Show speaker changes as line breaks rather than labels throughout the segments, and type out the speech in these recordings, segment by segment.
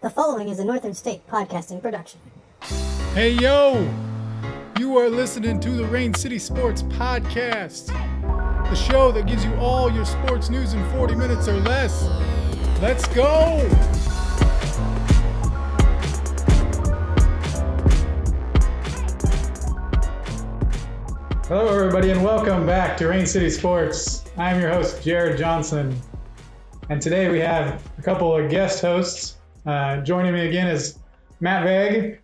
The following is a Northern State podcasting production.
Hey yo! You are listening to the Rain City Sports Podcast, the show that gives you all your sports news in 40 minutes or less. Let's go! Hello, everybody, and welcome back to Rain City Sports. I'm your host, Jared Johnson, and today we have a couple of guest hosts. Uh, joining me again is Matt Vag.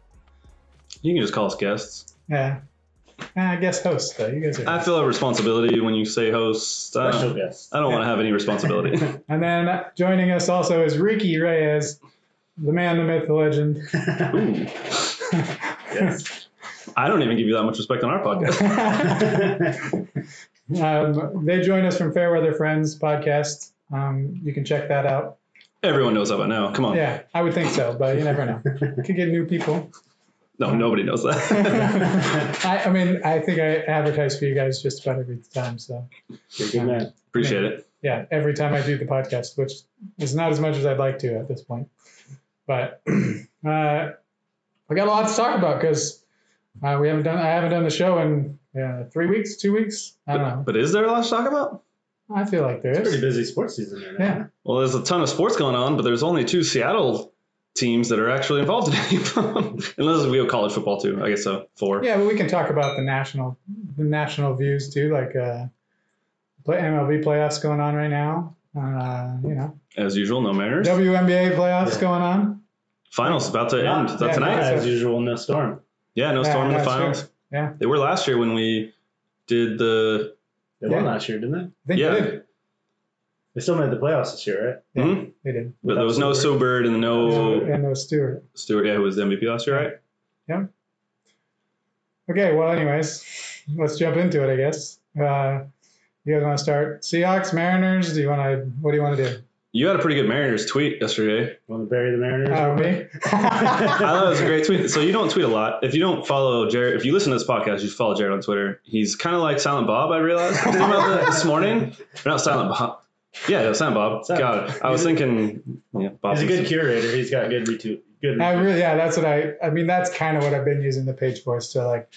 You can just call us guests.
Yeah. Ah, I guess host though. You guys are.
I feel a responsibility when you say host. I
Special
don't,
guest.
I don't want to have any responsibility.
and then joining us also is Ricky Reyes, the man, the myth, the legend.
Ooh.
Yes.
I don't even give you that much respect on our podcast.
um, they join us from Fairweather Friends podcast. Um, you can check that out.
Everyone knows that by now. Come on.
Yeah, I would think so, but you never know. Could get new people.
No, nobody knows that.
I, I mean, I think I advertise for you guys just about every time. So
You're a good man.
Appreciate it.
yeah, every time I do the podcast, which is not as much as I'd like to at this point. But uh, we got a lot to talk about because uh, we haven't done I haven't done the show in uh, three weeks, two weeks. I don't know.
But is there a lot to talk about?
I feel like there
It's pretty
is.
busy sports season there now.
Yeah.
Well, there's a ton of sports going on, but there's only two Seattle teams that are actually involved in any of them. Unless we have college football too. I guess so. Four.
Yeah, but we can talk about the national the national views too, like uh, play MLB playoffs going on right now. Uh, you know,
As usual, no manners.
WNBA playoffs
Yeah.
going on.
Finals about to end.
Not-
Is
yeah,
that
Not
tonight?
as usual, no storm.
Yeah, no
Yeah,
storm in the
yeah, sure.
finals.
Yeah.
They were last year when we did the
They
Yeah.
won last year, didn't they?
I think
Yeah.
they did.
They still made the playoffs this year, right?
Yeah,
Mhm.
they did.
But there was no
Without
Sue Bird and no
and no Stewart.
Stewart, yeah, who was the MVP last year, right?
Okay, well, anyways, let's jump into it, I guess. Uh, you guys want to start Seahawks, Mariners? Do you want to? What do you want to do?
You had a pretty good Mariners tweet yesterday.
Want to bury the Mariners?
Uh, me?
I
Uh,
thought it was a great tweet. So you don't tweet a lot. If you don't follow Jared, if you listen to this podcast, you follow Jared on Twitter. He's kind of like Silent Bob. I realized Did you know that this morning. Or not Silent Bob. Yeah, no, Silent Bob.
Silent
God, I was thinking. Yeah, Bob.
He's a
Simpson.
good curator. He's got good retweet. Good.
I
retweet.
really, yeah, that's what I. I mean, that's kind of what I've been using the page for, is to like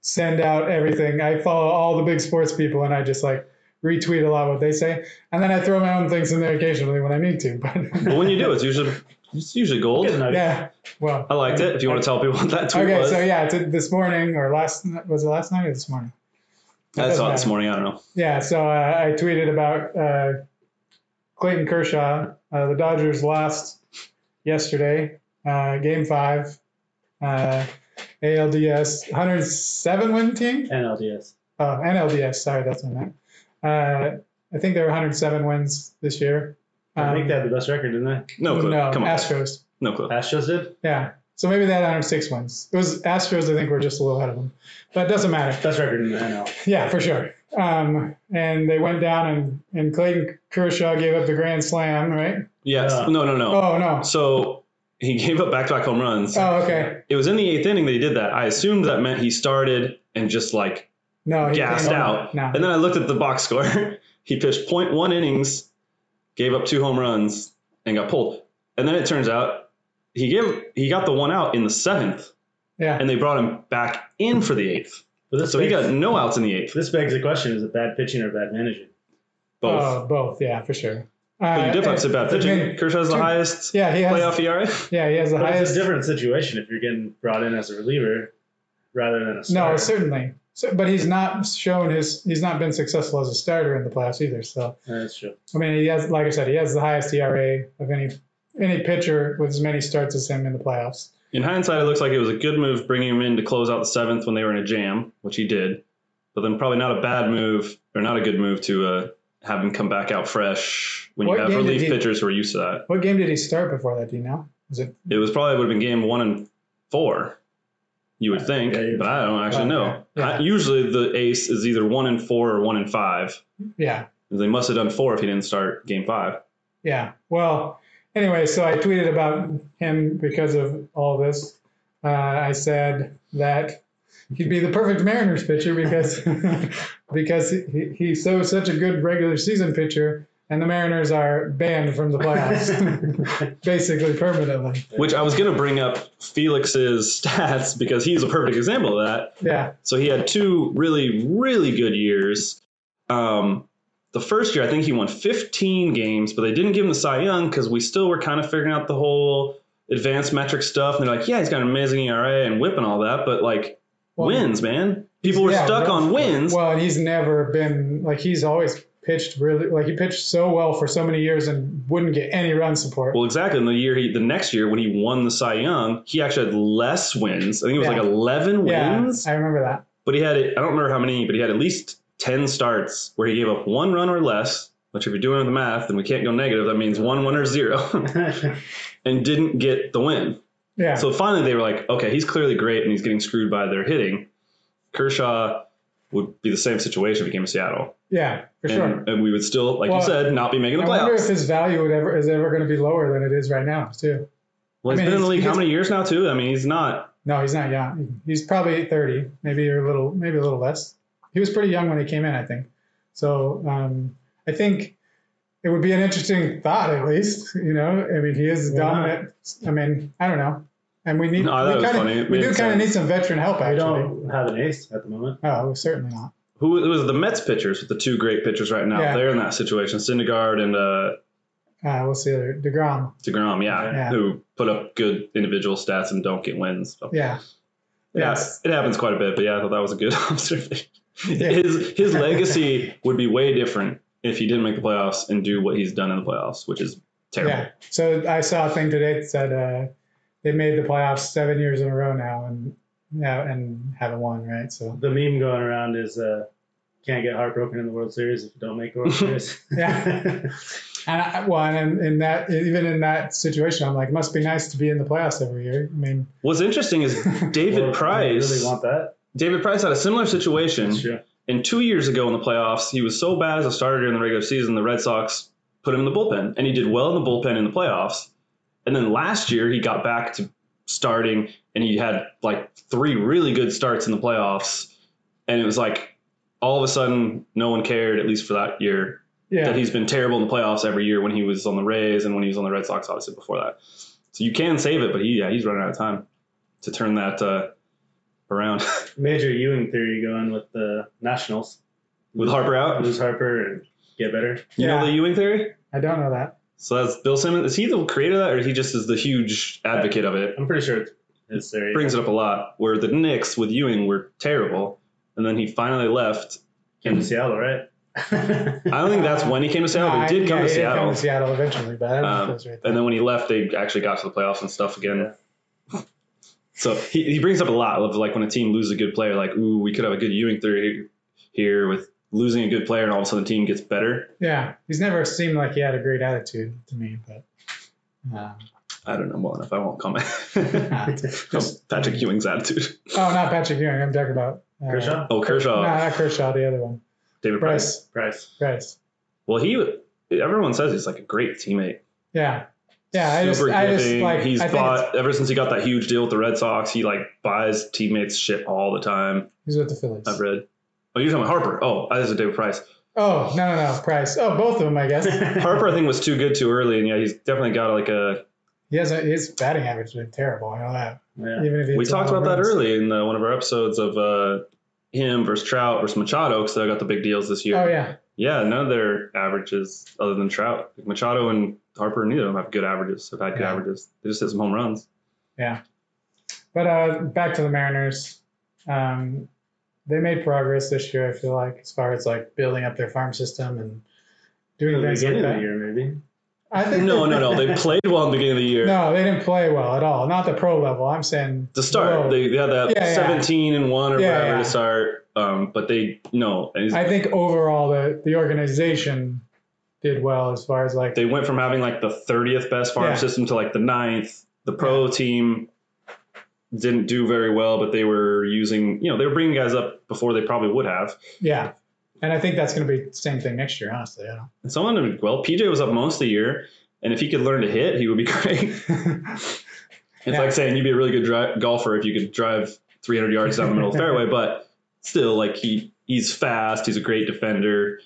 send out everything. I follow all the big sports people, and I just like retweet a lot what they say, and then I throw my own things in there occasionally when I need to. But
But when you do, it's usually it's usually gold.
Good nugget.
yeah, well,
I liked it. If you want to tell people what that tweet
okay,
was,
so yeah, t- this morning or last was it last night or this morning?
I
doesn't
saw it
matter.
this morning. I don't know.
Yeah, so uh, I tweeted about uh, Clayton Kershaw. Uh, the Dodgers lost yesterday, uh, game five. Uh, ALDS, 107 win team?
NLDS.
Oh, NLDS, sorry, that's what I meant. Uh, I think there were 107 wins this year.
I think
Um,
they had the best record, didn't they?
No clue.
No,
Come on.
Astros.
No clue.
Astros did.
Yeah. So maybe they had 106 wins. It was Astros, I think, were just a little ahead of them. But it doesn't matter.
Best record in the NL.
Yeah, for sure. Um, and they went down, and, and Clayton Kershaw gave up the grand slam, right?
Yes.
Yeah.
No. No. No.
Oh no.
So he gave up back-to-back home runs.
Oh, okay.
It was in the eighth inning that he did that. I assumed that meant he started and just like
No, Oh, he
gassed
came-
out.
No.
And then I looked at the box score. he pitched 0.1 innings, gave up two home runs, and got pulled. And then it turns out he gave he got the one out in the seventh,
Yeah.
and they brought him back in for the eighth.
But this
So he
begs,
got no outs in the eighth.
this begs the question: Is it bad pitching or bad managing?
Both.
Oh, both. Yeah, for sure. Uh,
but you did have to bad
I mean,
pitching. Kershaw's the
two-
highest
Yeah, he has.
playoff E ERA.
Yeah, he has the
But it's a
highest.
different situation if you're getting brought in as a reliever rather than a starter.
No, certainly. So, but he's not shown his. He's not been successful as a starter in the playoffs either. So
Uh, That's true.
I mean, he has. Like I said, he has the highest ERA of any any pitcher with as many starts as him in the playoffs.
In hindsight, it looks like it was a good move bringing him in to close out the seventh when they were in a jam, which he did. But then probably not a bad move or not a good move to uh, have him come back out fresh when
What
you have
game did
relief
he-
pitchers who are used to that.
What game did he start before that? Do you know? Is it?
It was probably would have been game one and four, you would think,
Yeah, you'd
but I don't actually
Okay.
know.
Yeah.
I- usually the ace is either one and four or one and five.
Yeah.
They must have done four if he didn't start game five.
Yeah. Well, anyway, so I tweeted about him because of all this. Uh, I said that he'd be the perfect Mariners pitcher because because he, he's so such a good regular season pitcher and the Mariners are banned from the playoffs basically permanently.
Which I was going to bring up Felix's stats because he's a perfect example of that.
Yeah,
So he had two really, really good years. Um, the first year, I think he won 15 games, but they didn't give him the Cy Young because we still were kind of figuring out the whole advanced metric stuff. And they're like, yeah, he's got an amazing ERA and whip and all that, but like
Well,
wins, man. People were
yeah,
stuck
well-
on wins.
Well, and he's never been like he's always pitched really like he pitched so well for so many years and wouldn't get any run support.
Well, exactly. And the year he, the next year when he won the Cy Young, he actually had less wins. I think it was
Yeah.
like 11
yeah,
wins,
I remember that.
but he had, I don't remember how many, but he had at least 10 starts where he gave up one run or less, which if you're doing the math, then we can't go negative. That means one, one, or zero, and didn't get the win.
Yeah,
So finally they were like, okay, he's clearly great and he's getting screwed by their hitting. Kershaw would be the same situation if he came to Seattle.
yeah, for
and,
sure.
and we would still, like
Well,
you said, not be making the
I wonder if
playoffs.
his value would ever is ever going to be lower than it is right now too.
Well, he's
I
been
mean,
in
he's-
the league
he
how
gets-
many years now, too? I mean, he's not
No, he's not young. He's probably thirty, maybe a little, maybe a little less. He was pretty young when he came in, I think. So um, I think it would be an interesting thought, at least. You know, I mean, he is
Why not?
dominant. I mean, I don't know. And we need,
No, I thought it
we,
was
kinda,
funny. It
we
made
do kind of
sense.
need some veteran help,
we
actually.
don't have an ace at the moment.
Oh, certainly not.
Who it was the Mets pitchers with the two great pitchers right now?
Yeah.
They're in that situation, Syndergaard and uh,
Uh, we'll see later. Degrom.
Degrom, yeah,
Yeah.
who put up good individual stats and don't get wins. So,
Yeah.
yeah,
Yes.
it happens quite a bit. But yeah, I thought that was a good observation.
Yeah.
His his legacy would be way different if he didn't make the playoffs and do what he's done in the playoffs, which is terrible.
Yeah. So I saw a thing today that said uh, they made the playoffs seven years in a row now and now and haven't won, right? So
The meme going around is uh, can't get heartbroken in the World Series if you don't make the World Series.
Yeah. and I, well, and in, in that even in that situation, I'm like, must be nice to be in the playoffs every year. I mean,
What's interesting is David
Well, do you
Price.
really want that?
David Price had a similar situation.
That's true.
And two years ago in the playoffs, he was so bad as a starter during the regular season, the Red Sox put him in the bullpen. And he did well in the bullpen in the playoffs. And then last year, he got back to starting and he had like three really good starts in the playoffs. And it was like all of a sudden, no one cared, at least for that year,
yeah,
that he's been terrible in the playoffs every year when he was on the Rays and when he was on the Red Sox, obviously before that. So you can save it, but he, yeah, he's running out of time to turn that uh, around
Major Ewing theory going with the Nationals.
with Harper out.
Lose Harper and get better.
You
Yeah.
know the Ewing theory?
I don't know that.
So that's Bill Simmons. Is he the creator of that, or he just is the huge advocate of it?
I'm pretty sure it's his theory.
Brings it up a lot. Where the Knicks with Ewing were terrible, and then he finally left.
Came to Seattle, right?
I don't think that's when he came to Seattle.
No,
but he did
I-
come
yeah,
to
he did
Seattle, Um,
come to Seattle eventually, but I don't know if it was right there.
and then when he left, they actually got to the playoffs and stuff again. So he, he brings up a lot of like when a team loses a good player, like ooh, we could have a good Ewing theory here with losing a good player, and all of a sudden the team gets better.
yeah, he's never seemed like he had a great attitude to me, but. Um,
I don't know well enough. I won't comment.
nah. Just-
Patrick Ewing's attitude.
oh, not Patrick Ewing. I'm talking about uh,
Kershaw?
Oh,
No,
Kershaw,
not Kershaw. The other one,
David Price.
Bryce. Bryce.
Price.
Well, he everyone says he's like a great teammate.
Yeah, yeah. I just,
Super
I just
giving.
like.
he's
I think it's-
bought ever since he got that huge deal with the Red Sox. He like buys teammates shit all the time.
He's with the Phillies.
I've read. Oh, you're talking about Harper. Oh, I this is David Price.
Oh no, no, no. Price. Oh, both of them, I guess.
Harper, I think, was too good too early, and yeah, he's definitely got like a.
He has a, his batting average has been terrible. I know that.
Yeah.
Even if he
We
hits a
talked
lot of
about that
runs.
early in uh one of our episodes of uh, him versus Trout versus Machado because they got the big deals this year.
Oh yeah,
Yeah, none of their averages other than Trout, like Machado and Harper, neither of them have good averages. Have had good
Yeah.
averages. They just hit some home runs.
but uh, back to the Mariners. Um, they made progress this year. I feel like as far as like building up their farm system and doing
In the
things like
beginning of the
that.
year, maybe.
I think
No, no, no. They played well in the beginning of the year.
no, they didn't play well at all. Not the pro level. I'm saying
To start,
below.
they, they had that
Yeah, yeah.
17 and 1 or
Yeah,
whatever
yeah.
to start. Um, but they, no. And
I think overall the the organization did well as far as like
they went from having like the 30th best farm
Yeah.
system to like the 9th. The pro team didn't do very well, but they were using, you know, they were bringing guys up before they probably would have.
yeah. And I think that's going to be the same thing next year. Honestly, I
And someone, well, PJ was up most of the year. And if he could learn to hit, he would be great.
don't.
It's
Yeah.
like saying you'd be a really good dri- golfer if you could drive 300 yards down the middle of the fairway, but still, like he he's fast. He's a great defender.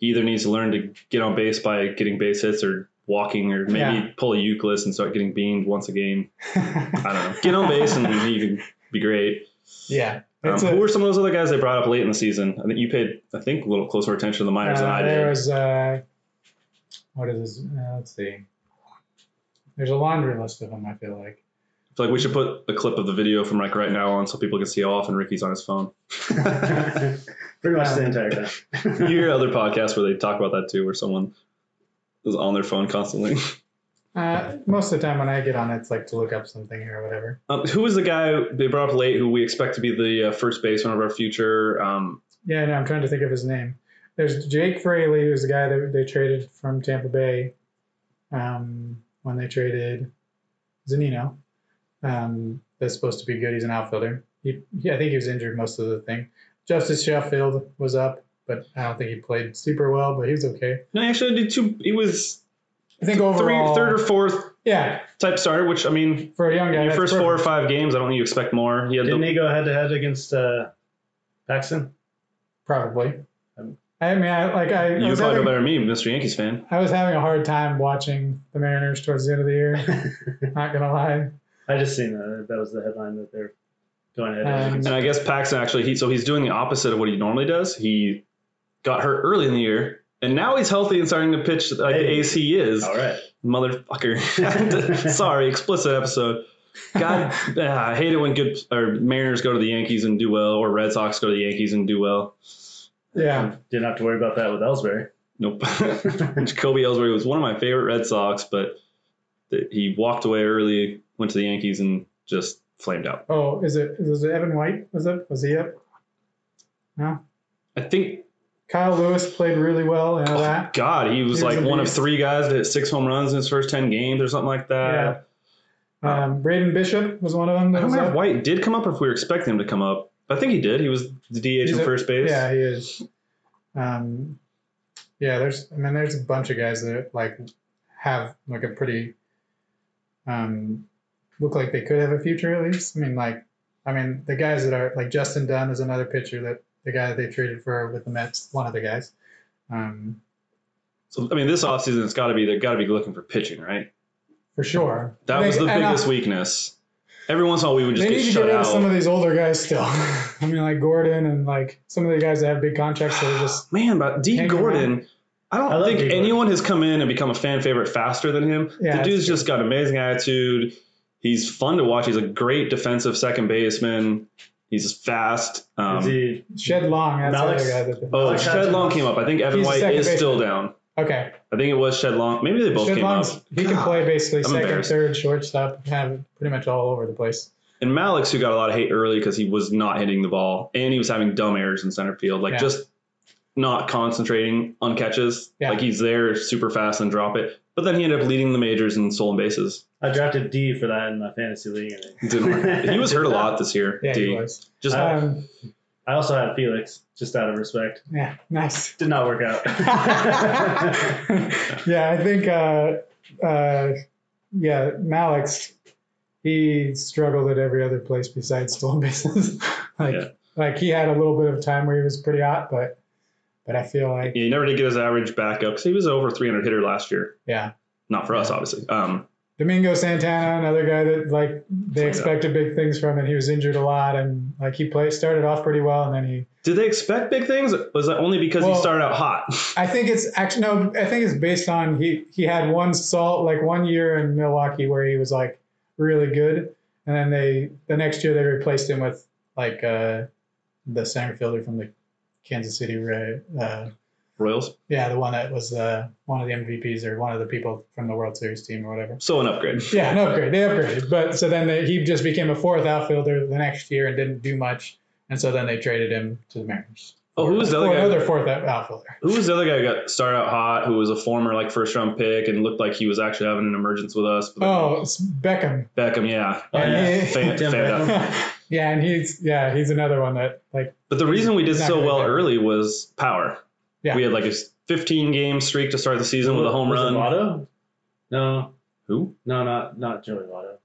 he either needs to learn to get on base by getting base hits or walking or maybe
Yeah.
pull a Euclid and start getting beamed once a game. I don't know. Get on base and he can be great.
yeah.
Um,
It's
who
a,
were some of those other guys they brought up late in the season? I think you paid, I think, a little closer attention to the minors than
uh,
I
there
did.
was, uh, what is this? Uh, let's see. There's a laundry list of them, I feel like.
I feel like we should put a clip of the video from like right now on so people can see how often Ricky's on his phone.
Pretty much the entire
You
time.
hear other podcasts where they talk about that too, where someone is on their phone constantly.
Uh, most of the time when I get on, it's like to look up something or whatever.
Um, who was the guy they brought up late who we expect to be the uh, first baseman of our future? Um,
Yeah, no, I'm trying to think of his name. There's Jake Fraley, who's the guy that they traded from Tampa Bay um, when they traded Zanino. Um, that's supposed to be good. He's an outfielder. He, he, I think he was injured most of the thing. Justice Sheffield was up, but I don't think he played super well, but he was okay.
no, actually, I did two. He was
I think overall,
three, third or fourth
yeah,
type starter, which I mean,
for a young guy,
your
that's
first four or
perfect.
five games, I don't think you expect more. He had
Didn't
the,
he go head to head against uh, Paxton?
probably.
Um,
I mean, I like I. I
you
was
probably know
having-
better than me, Mr. Yankees fan.
I was having a hard time watching the Mariners towards the end of the year. Not gonna lie.
I just seen that. That was the headline that they're going head to
Um,
head against.
And I guess Paxton actually, he so he's doing the opposite of what he normally does. He got hurt early in the year, and now he's healthy and starting to pitch like the
Hey.
ace he is.
All right.
Motherfucker. Sorry, explicit episode. God, ah, I hate it when good or Mariners go to the Yankees and do well, or Red Sox go to the Yankees and do well.
Yeah.
Didn't have to worry about that with Ellsbury.
Nope. Jacoby Ellsbury was one of my favorite Red Sox, but th- he walked away early, went to the Yankees, and just flamed out.
Oh, is it was it Evan White? Was it was he up?
I think,
Kyle Lewis played really well and all
oh,
that.
God, he was
He was
like
a
one of
beast.
three guys that hit six home runs in his first 10 games or something like that.
Um, Braden Bishop was one of them.
Uh, I
That
don't
was
know if
up.
White did come up or if we were expecting him to come up. I think he did. He was the DH
He's
in
a-
first base.
Yeah, he is. Um, yeah, there's I mean there's a bunch of guys that like have like a pretty um look like they could have a future at least. I mean like I mean the guys that are like Justin Dunn is another pitcher that the guy that they traded for with the Mets, one of the guys. Um
So I mean, this offseason, it's got to be they've got to be looking for pitching, right?
for sure.
That
They-
was the
and, uh,
biggest weakness. Every once in a while, we would just
They
get
need to
shut
get rid
out.
of some of these older guys still. I mean like Gordon and like some of the guys that have big contracts that are just
Man, but D
Hang
Gordon,
around.
I don't
I love
think
Dee Gordon.
anyone has come in and become a fan favorite faster than him.
Yeah,
the
that's
dude's just got an amazing attitude. He's fun to watch. He's a great defensive second baseman. He's fast. Um,
Is he
shed long. That's the
Malick's-
other guy that they-
oh,
Alex
Shed Long
Hodgins?
came up. I think Evan
He's a
White
second
is still
baseman.
down.
Okay.
I think it was Shed Long. Maybe they both
Shit
came
lines-
up.
He can play basically
I'm
second,
embarrassed.
third, shortstop, kind of pretty much all over the place.
And Malik's who got a lot of hate early because he was not hitting the ball and he was having dumb errors in center field, like
Yeah.
just not concentrating on catches.
Yeah.
Like he's there super fast and drop it. But then he ended up leading the majors in stolen bases.
I drafted D for that in my fantasy league. And it-
Didn't work. he was hurt a lot this year.
Yeah,
D.
he was.
Just
Um,
I also had Felix, just out of respect.
yeah, nice.
Did not work out.
yeah, I think, uh, uh, yeah, Malik's, he struggled at every other place besides stolen bases. like,
Yeah.
like he had a little bit of time where he was pretty hot, but but I feel like
he never did get his average back up because he was over 300 hitter last year.
yeah,
Not for us, obviously. Um,
Domingo Santana, another guy that like they expected big things from, and he was injured a lot, and like he played started off pretty well, and then he
did they expect big things? Was that only because
Well-
he started out hot?
I think it's actually no. I think it's based on he he had one salt like one year in Milwaukee where he was like really good, and then they the next year they replaced him with like uh, the center fielder from the Kansas City Red. Uh,
Royals.
yeah, the one that was uh, one of the MVPs or one of the people from the World Series team or whatever.
So an upgrade.
Yeah, an upgrade. They upgraded, but so then they, he just became a fourth outfielder the next year and didn't do much, and so then they traded him to the Mariners.
Oh, who was the other
Or
guy?
Another fourth out- outfielder.
Who was the other guy who got started out hot? Who was a former like first round pick and looked like he was actually having an emergence with us? But
Oh, it's Beckham.
then Beckham, yeah,
Oh, yeah.
Fan-
Tim
fan
Beckham.
out.
yeah, and he's yeah, he's another one that like
But the reason we did
Not
so
really
well
Beckham.
early was power.
Yeah.
we had like a 15 game streak to start the season with a home
Was it
run.
Votto? No,
Who?
no, not not Joey Votto.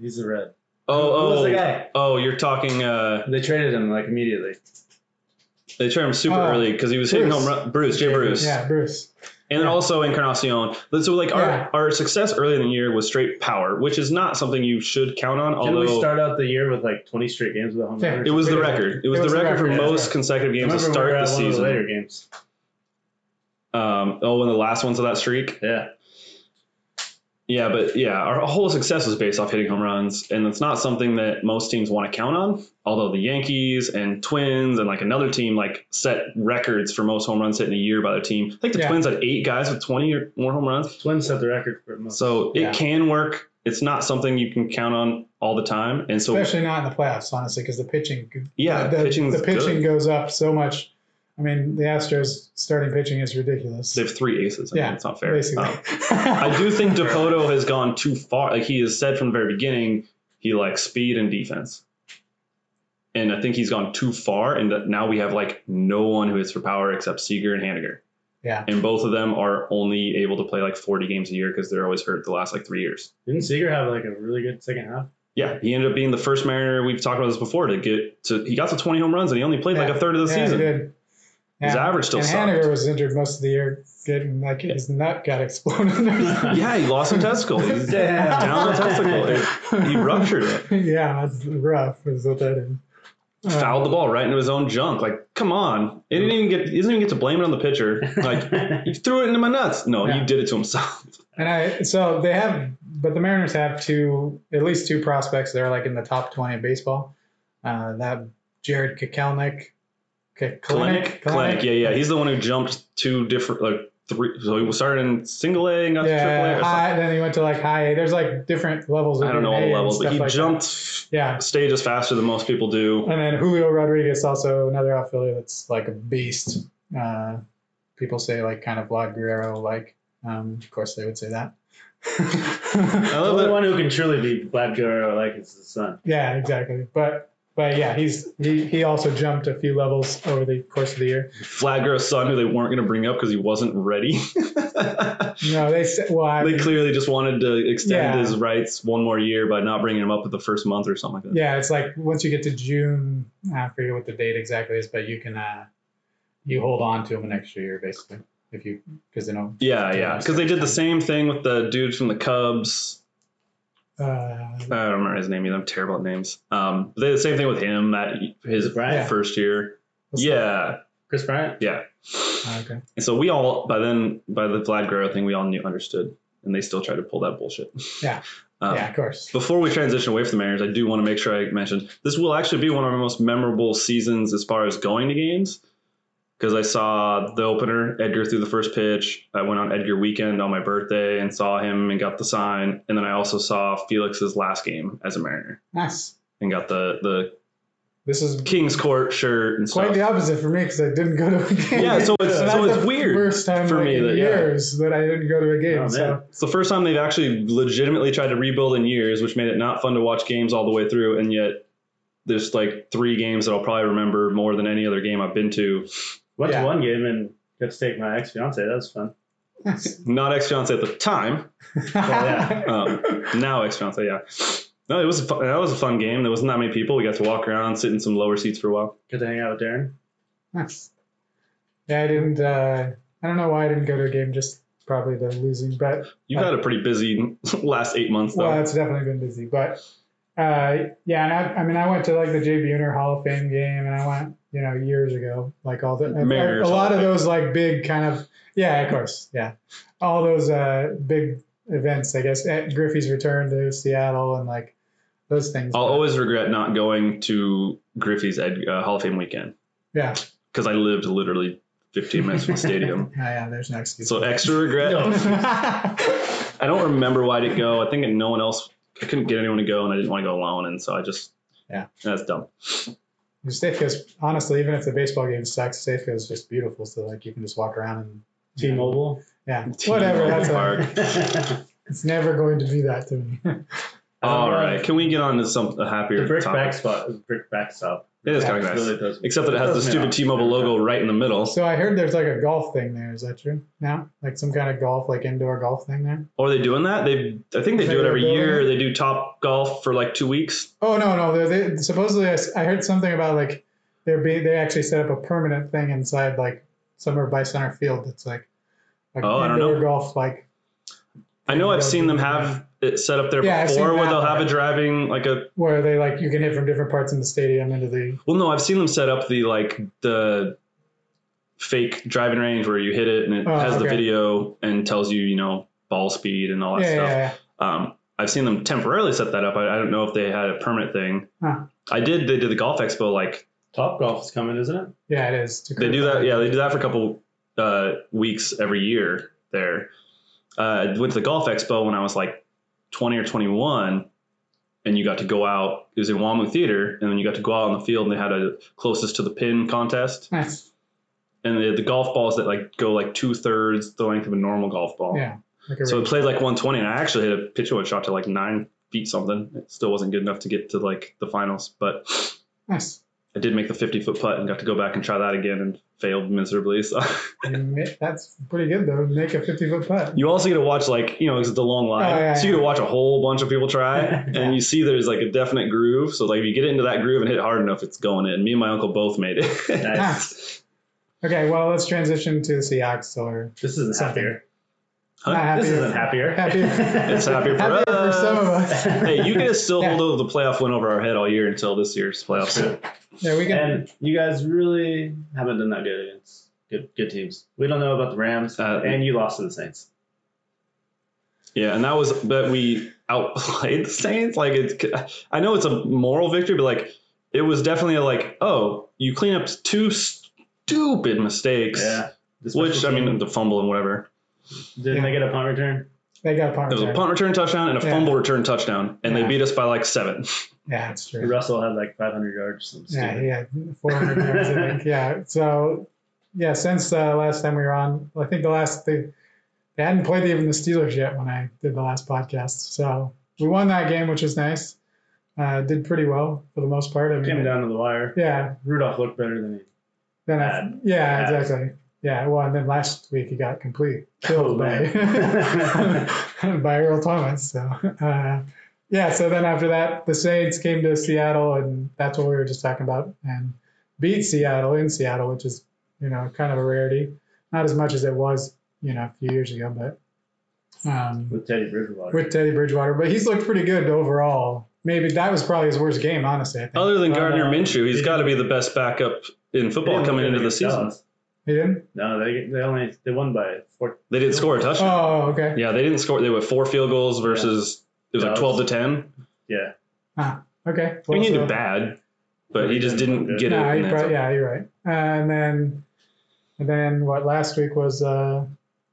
He's a red.
Oh,
Who was
oh,
the guy?
oh, you're talking. uh
They traded him like immediately.
They traded him super
Uh,
early because he was hitting
Bruce.
home run. Bruce, Jay Bruce.
Yeah, Bruce.
And then
Yeah.
also Encarnacion. So like
Yeah.
our, our success early in the year was straight power, which is not something you should count on.
Didn't we
Although
start out the year with like 20 straight games with a home
Yeah.
run? or
it was the
something?
record. It was, the record,
yeah,
for
that's
most
right.
consecutive
I
games to
remember we were
start the
at one of
season.
the later games.
Um, oh, when the last ones of that streak.
Yeah.
Yeah, but yeah, our whole success was based off hitting home runs, and it's not something that most teams want to count on. Although the Yankees and Twins and like another team like set records for most home runs hit in a year by their team. I think the
Yeah.
Twins had eight guys with twenty or more home runs.
Twins set the record for most.
So it
Yeah.
can work. It's not something you can count on all the time, and so
Especially not in the playoffs, honestly, because the pitching
yeah,
the,
pitching's
the pitching
good.
goes up so much. I mean, the Astros starting pitching is ridiculous.
They have three aces. I mean,
Yeah,
it's not fair.
Basically,
Um, I do think Depoto has gone too far. Like he has said from the very beginning, he likes speed and defense. And I think he's gone too far, and that now we have like no one who hits for power except Seager and Haniger.
Yeah.
And both of them are only able to play like 40 games a year because they're always hurt the last like three years.
Didn't Seager have like a really good second half?
Yeah, he ended up being the first Mariner. We've talked about this before to get to. He got to 20 home runs and he only played like
Yeah.
a third of the
Yeah, he
season.
did.
His
Yeah.
average still
and
sucked.
Haniger was injured most of the year, getting like his nut got exploded.
yeah, he lost a testicle. He's
Damn.
down the testicle. It he ruptured
it. Yeah, it's rough. Is what that is. Uh,
fouled the ball right into his own junk. Like, come on! It didn't even get. He doesn't even get to blame it on the pitcher. Like, he threw it into my nuts. No,
Yeah.
he did it to himself.
And I so they have, but the Mariners have two, at least two prospects that are like in the top twenty in baseball. Uh, that Jared Kakelnik,
Clinic,
Kakelnik,
clinic. Yeah, yeah. He's the one who jumped two different, like three. So he started in single A and got to triple A.
yeah.
Or something.
High, then he went to like high A. There's like different levels. Of
I don't know all
A
the
and
levels, but
stuff
he
like that.
jumped
Yeah,
stages faster than most people do.
And then Julio Rodriguez, also another outfielder that's like a beast. Uh, people say like kind of Vlad Guerrero like. Um, of course, they would say that.
I
The
love
only
that.
one who can truly be Vlad Guerrero like is his son.
yeah, exactly. But but yeah, he's he, he also jumped a few levels over the course of the year.
Flagger's son, who they weren't going to bring up because he wasn't ready.
No, they said well, I
they
mean,
clearly just wanted to extend
Yeah.
his rights one more year by not bringing him up at the first month or something like that.
yeah, it's like once you get to June, I forget what the date exactly is, but you can uh, you hold on to him an extra year basically if you because they don't.
Yeah, yeah. Because they did the same thing with the dude from the Cubs.
Uh,
I don't remember his name either. I'm terrible at names. Um, they did the same thing with him that his
Bryant?
first year.
what's
yeah,
Chris Bryant?
yeah.
that? Uh, okay.
And so we all by then by the Vlad Guerrero thing, we all knew understood, and they still tried to pull that bullshit.
Yeah.
Um,
yeah, of course.
Before we transition away from the Mariners, I do want to make sure I mention this will actually be one of my most memorable seasons as far as going to games because I saw the opener. Edgar threw the first pitch. I went on Edgar weekend on my birthday and saw him and got the sign. And then I also saw Felix's last game as a Mariner
Nice.
and got the the
This is
King's Court shirt and
Quite
stuff.
the opposite for me because I didn't go to a game.
Yeah, so it's so
So that's
it's
the
weird.
First time
for
like,
me
in
that- yeah.
years that I didn't go to a game.
Oh, man.
so
It's the first time they've actually legitimately tried to rebuild in years, which made it not fun to watch games all the way through. And yet, there's like three games that I'll probably remember more than any other game I've been to.
Went
Yeah.
to one game and got to take my ex fiance. That was fun.
Not ex fiance at the time,
yeah.
um, now ex fiance. Yeah, no, it was a fun, that was a fun game. There wasn't that many people. We got to walk around, sit in some lower seats for a while.
Got to hang out with Darren.
Nice. Yeah, I didn't. Uh, I don't know why I didn't go to a game. Just probably the losing, but
You've had a pretty busy last eight months though.
well, it's definitely been busy. But uh, yeah, and I, I mean, I went to like the Jay Buhner Hall of Fame game, and I went, you know, years ago, like all the
Mariners
a lot
Hall of
of
Fame.
those like big kind of yeah, of course, yeah, all those uh, big events. I guess at Griffey's return to Seattle and like those things.
I'll always regret not going to Griffey's Ed, uh, Hall of Fame weekend
yeah,
because I lived literally 15 minutes from the stadium.
yeah, yeah. There's no excuse.
So extra regret. I don't remember why I didn't go. I think no one else. I couldn't get anyone to go, and I didn't want to go alone, and so I just.
Yeah.
That's dumb.
Safeco's honestly, even if the baseball game sucks, Safeco's just beautiful. So like you can just walk around and
T-Mobile.
yeah, whatever. That's all.
Park.
the
It's never going to do that to me.
All right. Can we get on to some a happier
brick
topic?
back spot. the Brick back stop.
It is kind of
It
nice.
really does.
Except that it has the
does me
stupid
off.
T-Mobile logo right in the middle,
so I heard there's like a golf thing there. Is that true? Now, like some kind of golf, like indoor golf thing there.
or are they doing that? They, I think they do it every year. They do Top Golf for like two weeks.
Oh no, no. They, they, supposedly, I, s- I heard something about like they're being they actually set up a permanent thing inside like somewhere by center field that's like like
Oh, I don't
indoor
know.
golf like
I know I've
Yeah,
seen them
yeah.
have it set up there
Yeah, I've
before
seen
where
that.
they'll have a driving like a
where they like you can hit from different parts in the stadium into the
well no, I've seen them set up the like the fake driving range where you hit it and it
Oh,
has the
okay.
video and tells you, you know, ball speed and all that
yeah,
stuff.
yeah,
Um, I've seen them temporarily set that up. I, I don't know if they had a permanent thing.
Huh.
I did. They did the golf expo. Like
Top golf is coming, isn't it?
yeah, yeah, it is. to
they do that.
curb-
Yeah, they do that for a couple uh, weeks every year. There, uh, I went to the golf expo when I was like twenty or twenty one, and you got to go out. It was in Wamu Theater, and then you got to go out on the field, and they had a closest to the pin contest,
Nice.
and they had the golf balls that like go like two thirds the length of a normal golf ball.
Yeah. Like a
So
so
it played like 120, and I actually hit a pitch and shot to like nine feet something. It still wasn't good enough to get to like the finals, but
nice.
I did make the 50 foot putt and got to go back and try that again and failed miserably. So
You ma- That's pretty good though. Make a fifty foot putt.
you also get to watch like you know it's the long line,
Oh, yeah,
so you get to watch a whole bunch of people try, and you see there's like a definite groove. So like if you get into that groove and hit it hard enough, it's going in. Me and my uncle both made it.
Nice. Okay, well let's transition to the Seahawks or
This isn't
Something.
happier.
Huh?
Not
This
happier.
isn't happier.
Happier.
It's happier for
Happier for
us.
some of us.
hey, you guys still
Yeah.
hold over the playoff win over our head all year until this year's playoffs.
Yeah, we can.
And you guys really haven't done that good against good good teams. We don't know about the Rams,
Uh,
and you lost to the Saints.
Yeah, and that was that we outplayed the Saints. Like it's, I know it's a moral victory, but like it was definitely a like, oh, you clean up two stupid mistakes,
Yeah. The special
which I mean, the fumble and whatever.
didn't they get a punt return?
they got a punt
There was a
return.
punt return touchdown and a
Yeah.
fumble return touchdown, and
Yeah.
they beat us by like seven.
Yeah, that's true.
Russell had like 500 yards. Some
Yeah, he had 400 yards, I think. Yeah. So, yeah, since uh, last time we were on, I think the last they, they hadn't played even the Steelers yet when I did the last podcast. So we won that game, which was nice. Uh, did pretty well for the most part. I mean,
Came down to the wire.
yeah.
Rudolph looked better than he.
Then I,
Bad.
yeah,
Bad.
exactly. Yeah. Well, and then last week he got complete
Oh,
killed by
man.
by Earl Thomas. So. Uh, yeah, so then after that, the Saints came to Seattle, and that's what we were just talking about, and beat Seattle in Seattle, which is you know kind of a rarity, not as much as it was you know a few years ago, but um,
with Teddy Bridgewater.
with Teddy Bridgewater, but he's looked pretty good overall. Maybe that was probably his worst game, honestly. I think
Other than
Uh,
Gardner Minshew, he's
it-
got to be the best backup in
They
football
didn't
coming into
look
the
against
season.
Dallas.
he didn't.
No, they they only they won by four.
They didn't score a touchdown.
Oh, okay.
Yeah, they didn't score. They were four field goals versus it was like
Dallas.
twelve to ten.
Yeah,
Okay.
I mean, he
so-
did bad, but he just
Didn't
didn't
look
get it.
No,
in
you
the end
prob-
zone.
yeah, you're right. Uh, and then, and then what? Last week was uh,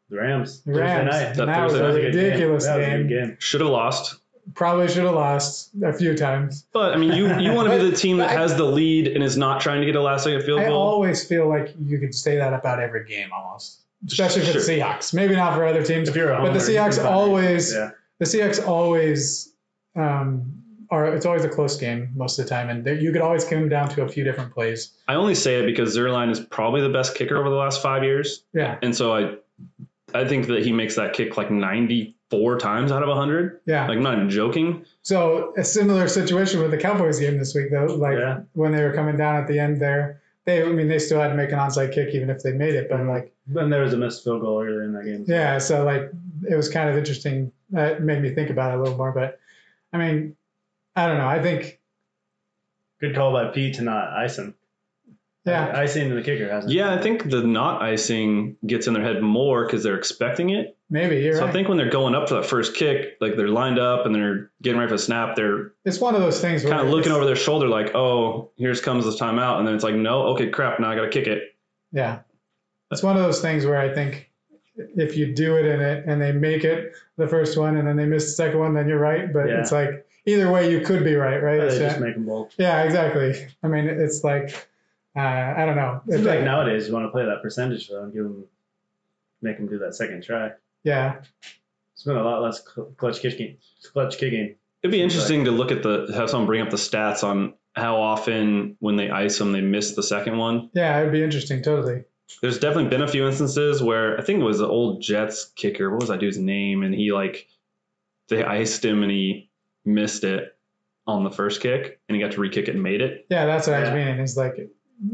the Rams.
the Rams.
Thursday night.
That
And that was
Thursday
a
night.
good game.
ridiculous
That was a
game.
good game.
Should have lost.
Probably should have lost a few times.
But I mean, you, you want to be the team that
But I-
has the lead and is not trying to get a last second field
I
goal.
always feel like you could say that about every game almost, especially for
Sure.
the Seahawks. Maybe not for other teams.
If you're a
But the
homer, you can
Seahawks
find it.
always-
Yeah.
The Seahawks always um, are. It's always a close game most of the time, and there- you could always come down to a few different plays.
I only say it because Zerline is probably the best kicker over the last five years,
Yeah,
and so I I think that he makes that kick like ninety four times out of hundred.
yeah.
Like I'm not even joking.
So a similar situation with the Cowboys game this week, though. Like
Yeah.
when they were coming down at the end, there they. I mean, they still had to make an onside kick even if they made it. But
Mm-hmm.
Mhm.
like,
Then there was a missed field goal earlier in that game.
yeah. So like, it was kind of interesting. That made me think about it a little more. But I mean, I don't know. I think
Good call by Pete to not ice him.
yeah,
Icing the kicker hasn't.
Yeah, I think the not icing gets in their head more because they're expecting it.
maybe you're
so
right.
I think when they're going up for that first kick, like they're lined up and they're getting ready for the snap, they're
it's one of those things.
kind of
where
looking
it's-
over their shoulder like, oh, here's comes the timeout, and then it's like, no, okay, crap, now I got to kick it.
Yeah. It's one of those things where I think if you do it in it and they make it the first one and then they miss the second one, then you're right. But
Yeah.
it's like either way, you could be right, right?
They
It's
just
not-
make them bold.
yeah, exactly. I mean, it's like, uh, I don't know.
Seems
It's
like
like-
nowadays you want to play that percentage though and give them, make them do that second try.
yeah.
It's been a lot less cl- clutch kicking. Clutch kicking.
It'd be
Right.
interesting to look at the have someone bring up the stats on how often when they ice them they miss the second one.
Yeah, it'd be interesting, totally.
There's definitely been a few instances where I think it was the old Jets kicker. What was that dude's name? And he like they iced him and he missed it on the first kick and he got to re-kick it and made it.
Yeah, that's what I was
Yeah.
meaning. Is like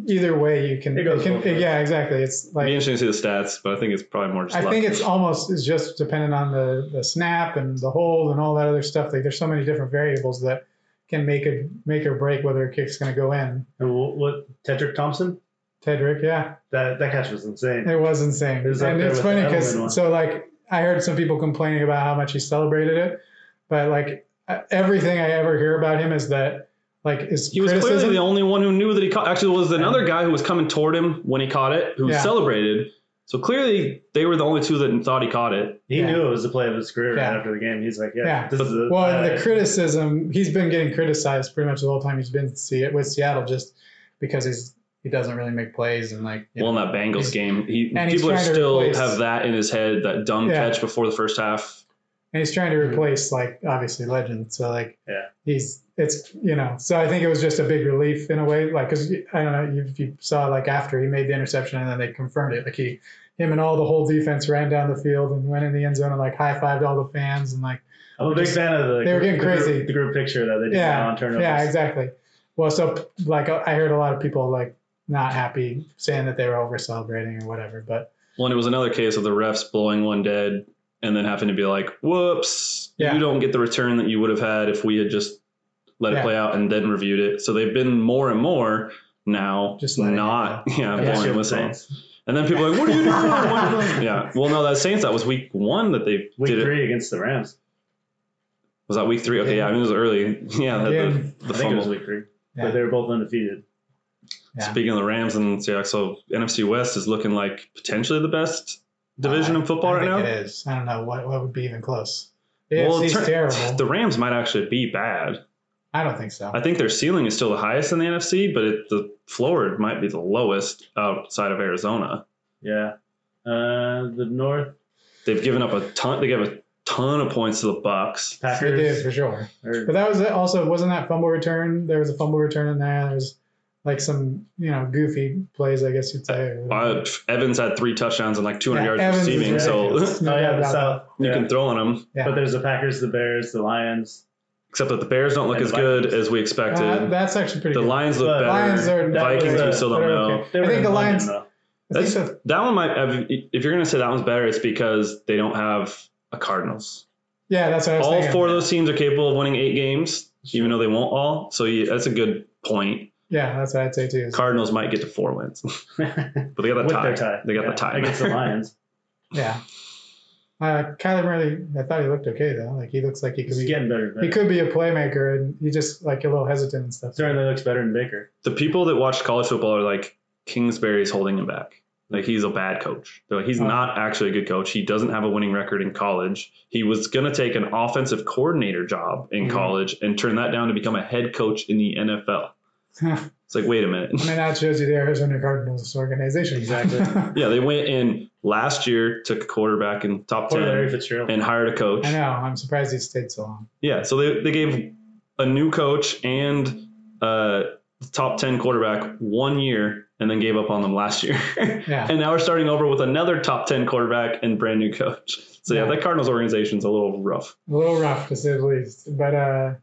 either way you can.
It goes
can-
both ways.
yeah, exactly. It's
It'd be
like
interesting to see the stats, but I think it's probably more just.
I
luck.
think it's almost is just dependent on the the snap and the hold and all that other stuff. Like there's so many different variables that can make a make or break whether a kick's going to go in.
And what, what Tedrick Thompson?
Tedrick, yeah,
That that catch was insane.
it was insane.
It was up
and
there
it's
with the
funny
Edelman one.
because so like I heard some people complaining about how much he celebrated it, but like uh, everything I ever hear about him is that like is
He was
criticism.
clearly the only one who knew that he caught. Actually, there was another guy who was coming toward him when he caught it, who
Yeah.
celebrated. So clearly, they were the only two that thought he caught it.
He
Yeah.
knew it was the play of his career right
Yeah.
after the game. He's like, yeah,
Yeah.
this is a,
Well, and
uh,
the criticism he's been getting criticized pretty much the whole time he's been see with Seattle just because he's he doesn't really make plays and like you
Well,
know,
in that Bengals
He's-
game, he
and he's
people are
trying to
still
replace-
have that in his head that dumb
Yeah.
catch before the first half.
and he's trying to replace like obviously legend so like
Yeah.
he's it's you know so I think it was just a big relief in a way like because I don't know if you saw like after he made the interception and then they confirmed it like he him and all the whole defense ran down the field and went in the end zone and like high fived all the fans and like.
I'm a big
just-
fan of the.
they were getting
the group-
crazy.
The group picture that they did
Yeah,
now on turnovers.
Yeah, exactly. Well, so like uh, I heard a lot of people like not happy saying that they were over celebrating or whatever, but
Well, and it was another case of the refs blowing one dead and then having to be like, "Whoops,
Yeah.
you don't get the return that you would have had if we had just let it
Yeah.
play out and then reviewed it." So they've been more and more now
Just letting it
not yeah,
Yeah.
blowing
Yeah.
whistles. And then people are like, what are you doing? What are you doing?" yeah. Well, no, that Saints, that was week one that they
Week
did it.
three against the Rams.
Was that week three? Okay, yeah, I mean, it was early. Yeah, that,
Again.
the, the
I think it was
fumble.
week three.
Yeah.
But they were both undefeated.
Yeah.
Speaking of the Rams and Seahawks, so NFC West is looking like potentially the best division
uh,
in football
I
right
think
now.
It is. I don't know what what would be even close. The
Well,
AFC's
tur-
terrible.
The Rams might actually be bad.
I don't think so.
I think their ceiling is still the highest in the NFC, but it, the floor might be the lowest outside of Arizona.
Yeah. Uh, the North
They've given up a ton. They gave a ton of points to the Bucks.
they did
Packers.
for sure.
or-
But that was also wasn't that fumble return? There was a fumble return in there. There was like some you know goofy plays, I guess you'd say.
Uh, Evans had three touchdowns and like 200
Yeah,
yards
Evans is
receiving, so
ridiculous.
oh, yeah, the South.
you
Yeah.
can throw on them.
Yeah.
But there's the Packers, the Bears, the Lions.
Except that the Bears don't look
And
as
the
good
Vikings.
as we expected.
Uh, that's actually pretty.
the
good.
Lions look
But-
better.
Lions are
that
Vikings,
was a-
we still don't
they're
know.
okay.
They
I
were
think
in
the
London,
Lions.
though.
I think
That's-
the
That one might. Have, if you're gonna say that one's better, it's because they don't have a Cardinals.
Yeah, that's what I was
All
thinking.
four of those teams are capable of winning eight games, even though they won't all. So you, that's a good point.
Yeah, that's what I'd say too. is-
Cardinals might get to four wins, but they got that
With
tie.
their tie.
They got
yeah,
the tie.
Against the Lions.
Yeah. Uh, Kyler Murray, I thought he looked okay though. Like he looks like he could
He's
be,
getting better.
he
But
could be a playmaker, and he just like a little hesitant and stuff.
certainly looks better than Baker.
the people that watch college football are like Kingsbury's holding him back. Like he's a bad coach. They're like he's
Uh-huh.
Oh.
not actually a good coach. He doesn't have a winning record in college. He was going to take an offensive coordinator job in
Mhm.
Mm-hmm.
college and turn that down to become a head coach in the NFL.
I
It's like wait a minute.
mean, that shows you the Arizona Cardinals organization.
Exactly.
yeah, they went in last year, took a quarterback in top
Poor Larry
ten,
Fitzgerald.
and hired a coach.
I know. I'm surprised he stayed so long.
Yeah, so they, they gave a new coach and uh, top 10 quarterback one year and then gave up on them last year.
Yeah.
and now we're starting over with another top 10 quarterback and brand new coach. So, yeah,
Yeah.
that Cardinals organization's a little rough.
A little rough to say the least. But uh,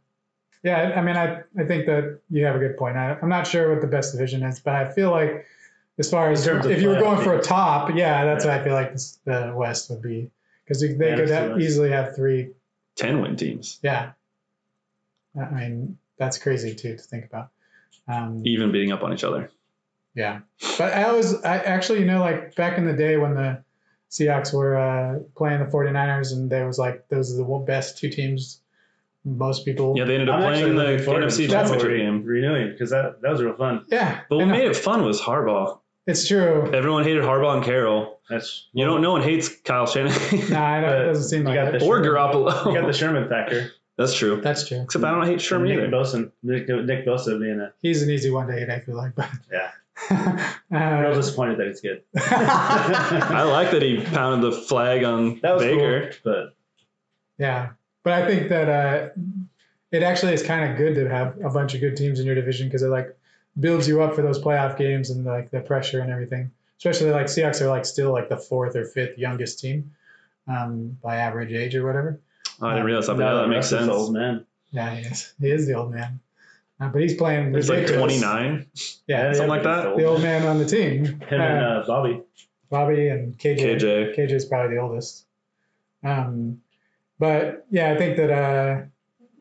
yeah, I I mean, I, I think that you have a good point. I, I'm not sure what the best division is, but I feel like as far as
In terms of
if you were
playoff
going for a
teams.
top, yeah, that's what I feel like this, the West would be because they
Yeah,
could
that's the
have,
West.
easily have three.
10 win teams,
Yeah, I I mean that's crazy too to think about. Um,
even beating up on each other.
yeah, but I always, I actually, you know, like back in the day when the Seahawks were uh, playing the 49ers, and there was like those are the best two teams. Most people,
Yeah, they ended up
I'm actually
playing the
looking forward to
NFC
the Super Bowl
Championship
re-
game.
Renewing because that, that was real fun.
yeah,
But
I
what
know.
made it fun was Harbaugh.
It's true.
Everyone hated Harbaugh and Carroll.
That's
You don't. No one hates Kyle Shanahan
Nah, I don't,
But
it doesn't seem
you
like
got
it.
the-
or
You got the
Garoppolo.
Sherman factor.
That's true.
That's true.
Except I don't hate Sherman
Nick
either.
Bosa, Nick, Nick Bosa being a.
He's an easy one to hate. I feel like, but
Yeah. I'm real
uh,
disappointed that it's good.
I like that he pounded the flag on
That was
Baker.
cool, but
yeah, but I think that uh, it actually is kind of good to have a bunch of good teams in your division because it like builds you up for those playoff games and like the pressure and everything. Especially like Seahawks are like still like the fourth or fifth youngest team um, by average age or whatever.
Oh, I didn't realize that, but
now
yeah, that makes
Russ is
sense.
Old man.
Yeah, he is. He is the old man. Uh, but he's playing
He's like
ridiculous.
29.
Yeah,
Something like that.
the old man on the team.
Him and uh, Bobby.
Bobby and KJ.
KJ.
KJ's probably the oldest. Um, but yeah, I think that uh,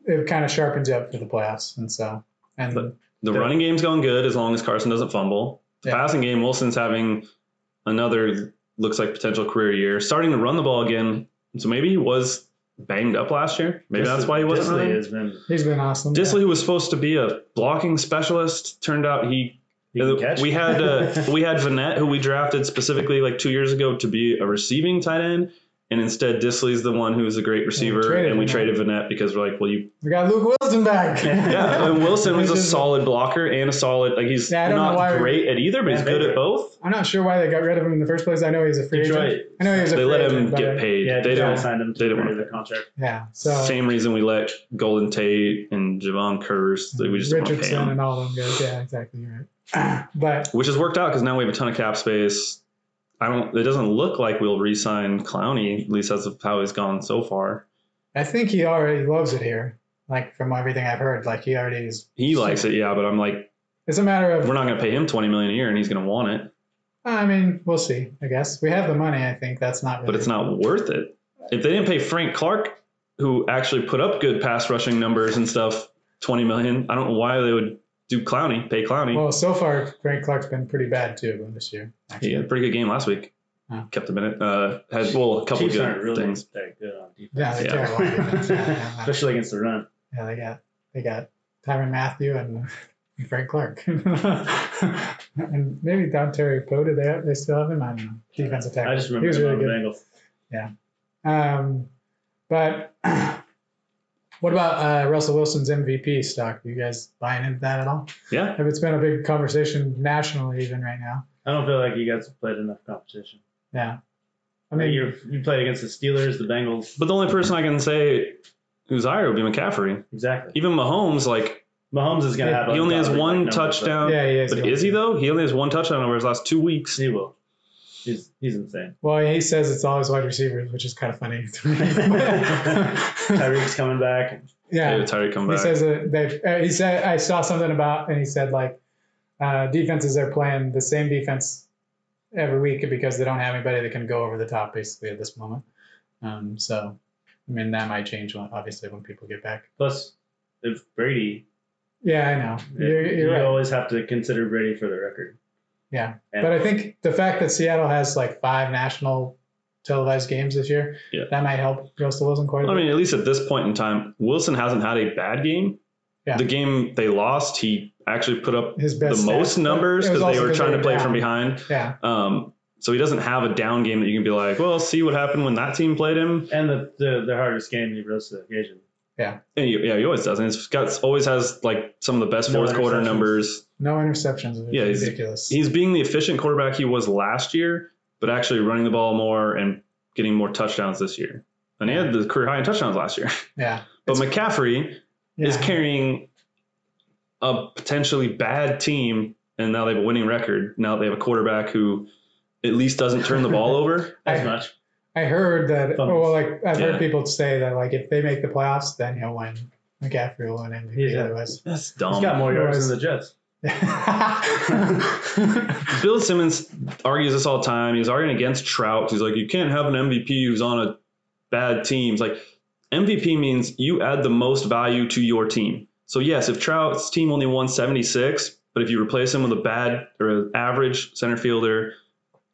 it kind of sharpens you up for the playoffs, and so and
But- The
Yeah.
running game's going good as long as Carson doesn't fumble. The
Yeah.
passing game, Wilson's having another looks like potential career year, starting to run the ball again. So maybe he was banged up last year. Maybe that's why he wasn't
Disley
running.
has been.
he's been awesome.
Disley, who was supposed to be a blocking specialist, turned out he
He can catch.
we had uh, we had Vanette, who we drafted specifically like two years ago to be a receiving tight end, and instead Disley's the one who's a great receiver,
traded
and we
Vannett.
traded Vanette because we're like, well, you
We got Luke Wilson back.
yeah, and Wilson was a
This is-
solid blocker and a solid like he's
Yeah, I don't know why
not
we-
great at either, but he's
Yeah,
good
they-
at both.
I'm not sure why they got rid of him in the first place. I know he's a free agent.
Detroit.
I know he was a
They
free
let
agent,
him
but uh,
get paid.
Yeah,
they
Detroit
don't.
signed him to
they don't
renew
want
the contract.
Yeah, so
Same reason we let Golden Tate and Javon Curse. That we just don't want to pay
Richardson
him.
and all them guys. Yeah, exactly you're right. But
which has worked out because now we have a ton of cap space. I don't. It doesn't look like we'll re-sign Clowney. At least that's how he's gone so far.
I think he already loves it here. Like from everything I've heard, like he already is.
He likes it, yeah, but I'm like,
It's a matter of
we're not going to pay him twenty million a year, and he's going to want it,
I mean, we'll see. I guess we have the money. I think that's not. Really,
but it's not worth it. If they didn't pay Frank Clark, who actually put up good pass rushing numbers and stuff, twenty million, I don't know why they would do Clowney, pay Clowney.
Well, so far Frank Clark's been pretty bad too this year.
he
Actually.
had a pretty good game last week.
Oh.
Kept a minute. Uh, had well a couple
Chiefs
good
aren't really
things.
that good on defense.
Yeah, they're
Yeah.
terrible. on defense. Yeah, yeah, yeah.
Especially against the run.
Yeah, they got they got Tyron Matthew and Frank Clark, and maybe Don Terry Poe. Do they they still have him? I don't know. Defensive tackle.
I just
he
remember
was
him
really
on the
good.
Bengals.
Um, but what about uh, Russell Wilson's MVP stock? You guys buying into that at all?
Yeah,
If it's been a big conversation nationally, even right now.
I don't feel like you guys played enough competition.
Yeah, I
I mean,
mean,
you you played against the Steelers, the Bengals.
but the only person I can say who's higher would be McCaffrey.
Exactly.
even Mahomes, like
Mahomes is going to have.
he only has
ungodly, like,
one
numbers,
touchdown.
yeah, he is.
but is he though? He only has one touchdown over his last two
but
weeks.
He will. He's he's insane.
Well, he says it's always wide receivers, which is kind of funny. To me.
Tyreek's coming back.
yeah,
David Tyree come
He
back.
says that they. Uh, he said I saw something about, and he said like uh, defenses are playing the same defense every week because they don't have anybody that can go over the top basically at this moment. Um, so, I mean that might change when- obviously when people get back.
Plus, if Brady,
Yeah, I know. You're,
you
you're right.
always have to consider Brady for the record.
Yeah,
And
but I think the fact that Seattle has like five national televised games this year,
Yeah.
that might help Russell Wilson quite a bit.
I mean, at least at this point in time, Wilson hasn't had a bad game.
Yeah.
The game they lost, he actually put up
His best
the most
stats, but
numbers
it was
because they
also
were trying to play from
down.
behind.
Yeah,
Um, so he doesn't have a down game that you can be like, well, see what happened when that team played him.
and the the, the hardest game he rose to the occasion.
And he, yeah, he always does, and it's got always has like some of the best
No
fourth quarter
interceptions.
numbers.
no interceptions. Which
Yeah,
is
he's-
ridiculous.
He's being the efficient quarterback he was last year, but actually running the ball more and getting more touchdowns this year. And he had the career high in touchdowns last year.
yeah,
But
It's-
McCaffrey is
yeah.
carrying a potentially bad team, and now they have a winning record. Now they have a quarterback who at least doesn't turn the ball over.
As
I-
much.
I heard that.
Fumbles.
Well, like I've
Yeah.
heard people say that, like if they make the playoffs, then he'll win. McCaffrey will win MVP.
Yeah.
Otherwise,
That's
He's
dumb.
got more yards than the Jets.
Bill Simmons argues this all the time. He's arguing against Trout. He's like, you can't have an MVP who's on a bad team. It's like MVP means you add the most value to your team. So yes, if Trout's team only won 76, but if you replace him with a bad or an average center fielder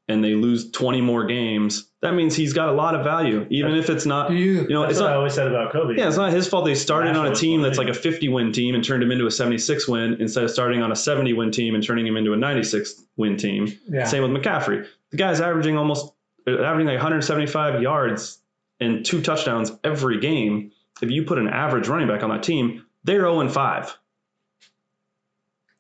and they lose 20 more games, that means he's got a lot of value, even if it's not,
Do
you
you?
know,
That's
it's
what
not
I always said about Kobe.
yeah, it's not his fault they started on a
Nationals
team
won,
that's
yeah.
like a 50 win team and turned him into a 76 win instead of starting on a 70 win team and turning him into a 96 win team.
Yeah.
Same with McCaffrey. The guy's averaging almost uh, averaging like 175 yards and two touchdowns every game. If you put an average running back on that team, they're 0 and 5.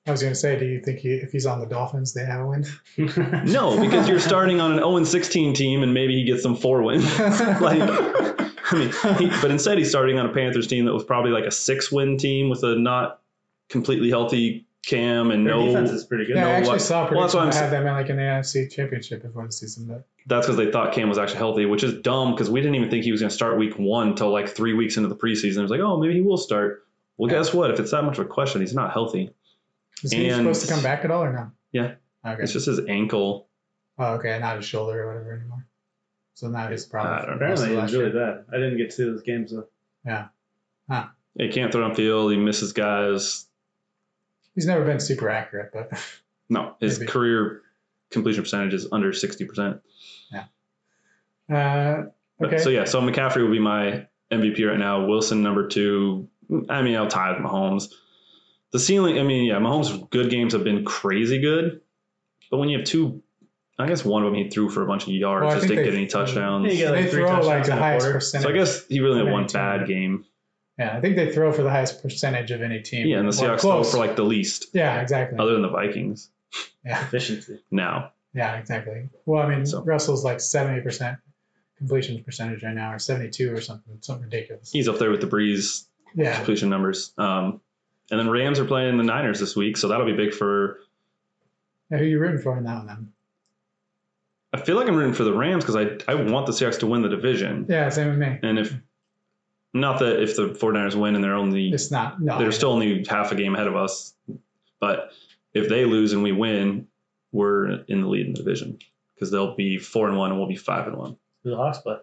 I was gonna say, do you think he, if he's on the Dolphins, they have a win?
No, because you're starting on an 0 and 16 team and maybe he gets some four wins. like, I mean, he, but instead he's starting on a Panthers team that was probably like a six win team with a not completely healthy Cam and
Their defense
no.
is pretty good.
yeah, I actually
what-
saw a
well, that's
prediction
what I'm
that had them in like in the NFC Championship before the season. But
That's because they thought Cam was actually healthy, which is dumb because we didn't even think he was going to start week one until like three weeks into the preseason. It was like, oh, maybe he will start. Well, guess what? If it's that much of a question, he's not healthy.
Is he
And-
supposed to come back at all or no?
Yeah.
Okay.
It's just his ankle.
Oh, okay. Not his shoulder or whatever anymore. So not his
I don't
problem.
know.
Apparently, it
Last
was really bad. I didn't get to see those games though.
He can't throw downfield. He misses guys.
He's never been super accurate, but
No, his
Maybe.
career completion percentage is under sixty percent.
uh, okay.
So yeah, so McCaffrey will be my MVP right now. Wilson number two. I mean, I'll tie with Mahomes. The ceiling. I mean, yeah, Mahomes' good games have been crazy good, but when you have two, I guess one of them he threw for a bunch of yards,
Well, I
just
think
didn't
they-
get any touchdowns.
Yeah, you got
they
like three
throw like
touchdowns
the
in a
highest
quarter.
percentage.
so I guess he really had
Maybe
one
two.
bad game.
yeah, I think they throw for the highest percentage of any team.
Yeah, and the
Or
Seahawks
close.
close. for like the least,
yeah, exactly.
other than the Vikings.
Yeah,
Efficiency.
Now,
yeah, exactly. Well, I mean,
So-
Russell's like seventy percent completion percentage right now, or seventy-two or something, something ridiculous.
he's up there with the Breeze
Yeah,
completion numbers. Um, and then Rams are playing the Niners this week, so that'll be big for.
Now, who you rooting for in that one? Then?
I feel like I'm rooting for the Rams because I I want the Seahawks to win the division.
Yeah, same with me.
And if not that if the 49ers win and they're only
It's not. No,
they're still only half a game ahead of us, but if they lose and we win, we're in the lead in the division because they'll be four and one and we'll be five and one.
Who the Hawks play?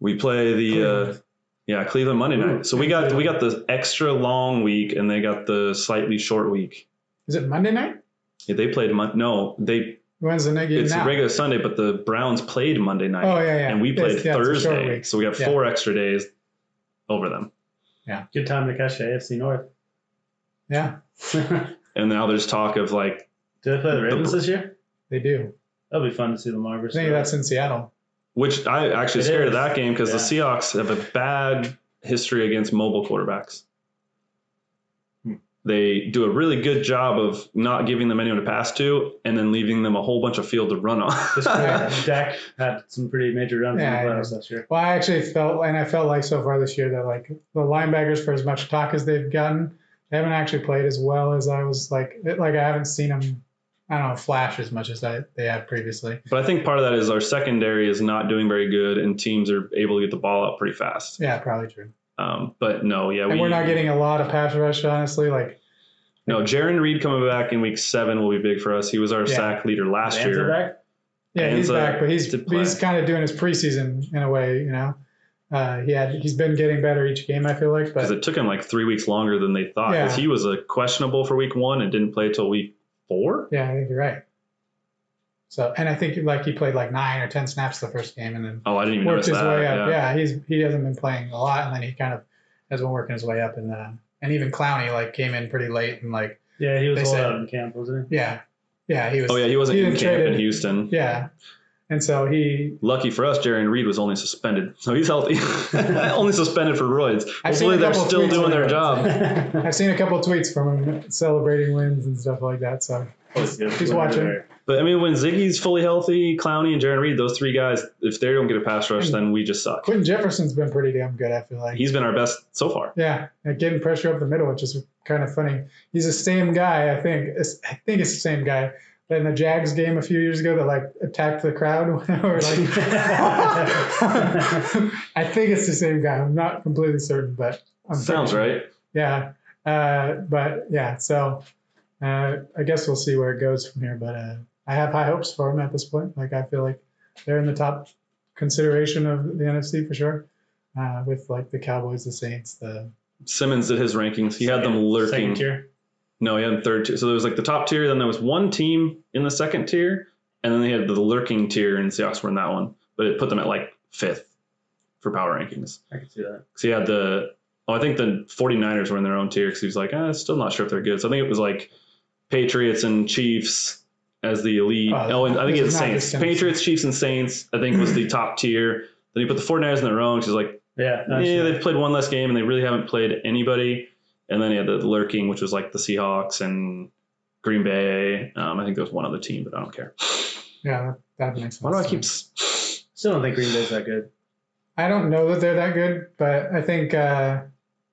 We play the uh,
Cleveland.
yeah Cleveland Monday night,
Ooh,
so we got we got the extra long week and they got the slightly short week.
Is it Monday night?
Yeah, they played mon- no they
When's the next game
it's
now?
regular Sunday, but the Browns played Monday night,
oh yeah, yeah.
and we
It's-
played
yeah, it's a short
Thursday,
week.
so we got
Yeah.
four extra days over them.
Good time to catch the AFC North.
Yeah,
Do
And now there's talk of like,
they play the Ravens this year?
they do.
That'll be fun to see Lamar
I
versus.
think that's in Seattle.
which I actually
It
scared of
is.
that game because the Seahawks have a bad history against mobile quarterbacks.
Hmm.
They do a really good job of not giving them anyone to pass to, and then leaving them a whole bunch of field to run on.
This year, Dak had some pretty major runs
Yeah,
in the playoffs last year.
Well, I actually felt, and I felt like so far this year that like the linebackers, for as much talk as they've gotten, they haven't actually played as well as I was like. It, like I haven't seen them, I don't know, flash as much as I, they have previously.
but I think part of that is our secondary is not doing very good, and teams are able to get the ball out pretty fast.
Yeah, probably true.
Um, but no, yeah,
And
we,
we're not getting a lot of pass rush, honestly. Like
No, Jaron Reed coming back in week seven will be big for us. He was our
Yeah.
sack leader last
Rams
year.
are back.
yeah,
And
he's
so
back, but he's
to play.
he's kind of doing his preseason in a way, you know. Uh, he had he's been getting better each game. I feel like,
because
but
it took him like three weeks longer than they thought. Because
Yeah.
he was a questionable for week one and didn't play till week four.
yeah, I think you're right. So, and I think like he played like nine or ten snaps the first game, and then
Oh, I didn't even notice
worked his
that.
way
yeah.
up. Yeah. he's he hasn't been playing a lot, and then he kind of has been working his way up, and uh, and even Clowney like came in pretty late, and like
Yeah, he was
They
all
said-
out in camp, wasn't
yeah, yeah, he was.
Oh yeah, he wasn't
He
in
didn't
camp
trade
in
it.
Houston.
yeah. And so he,
Lucky for us, Jaron Reed was only suspended, so he's healthy. only suspended for roids.
I've seen
Hopefully,
a
they're
couple
still
tweets
doing their
about
job.
he?
I've seen a couple tweets from him celebrating wins and stuff like that. So He's watching.
But I mean, when Ziggy's fully healthy, Clowney and Jaron Reed, those three guys, if they don't get a pass rush, then we just suck.
Quentin Jefferson's been pretty damn good. I feel like
He's been our best so far.
Yeah, and getting pressure up the middle, which is kind of funny. He's the same guy, I think. It's, I think it's the same guy that in the Jags game a few years ago that like attacked the crowd. or like, I think it's the same guy. I'm not completely certain, but I'm
Sounds
pretty-
right.
Yeah, uh, but yeah, so uh, I guess we'll see where it goes from here. But uh, I have high hopes for them at this point. Like I feel like they're in the top consideration of the NFC for sure. Uh, with like the Cowboys, the Saints, the
Simmons did his rankings. He had them lurking.
Second tier.
No, he had third tier. So there was like the top tier, then there was one team in the second tier, and then they had the lurking tier, and Seahawks were in that one. But it put them at like fifth for power rankings.
I can see that.
Because he had the, oh, I think the 49ers were in their own tier because he was like, ah, still not sure if they're good. So I think it was like Patriots and Chiefs as the elite.
Oh,
oh, and I think he had
this is not
Saints.
the Saints.
Patriots, Chiefs, and Saints, I think was the top tier. Then he put the 49ers in their own. She's like,
Yeah. no, I see
yeah,
that.
they've played one less game and they really haven't played anybody. And then he had the lurking, which was like the Seahawks and Green Bay. Um, I think there was one other team, but I don't care.
Yeah, that, that makes sense.
Why do I
to
keep?
me.
s-
Still don't think Green Bay's that good.
I don't know that they're that good, but I think, uh,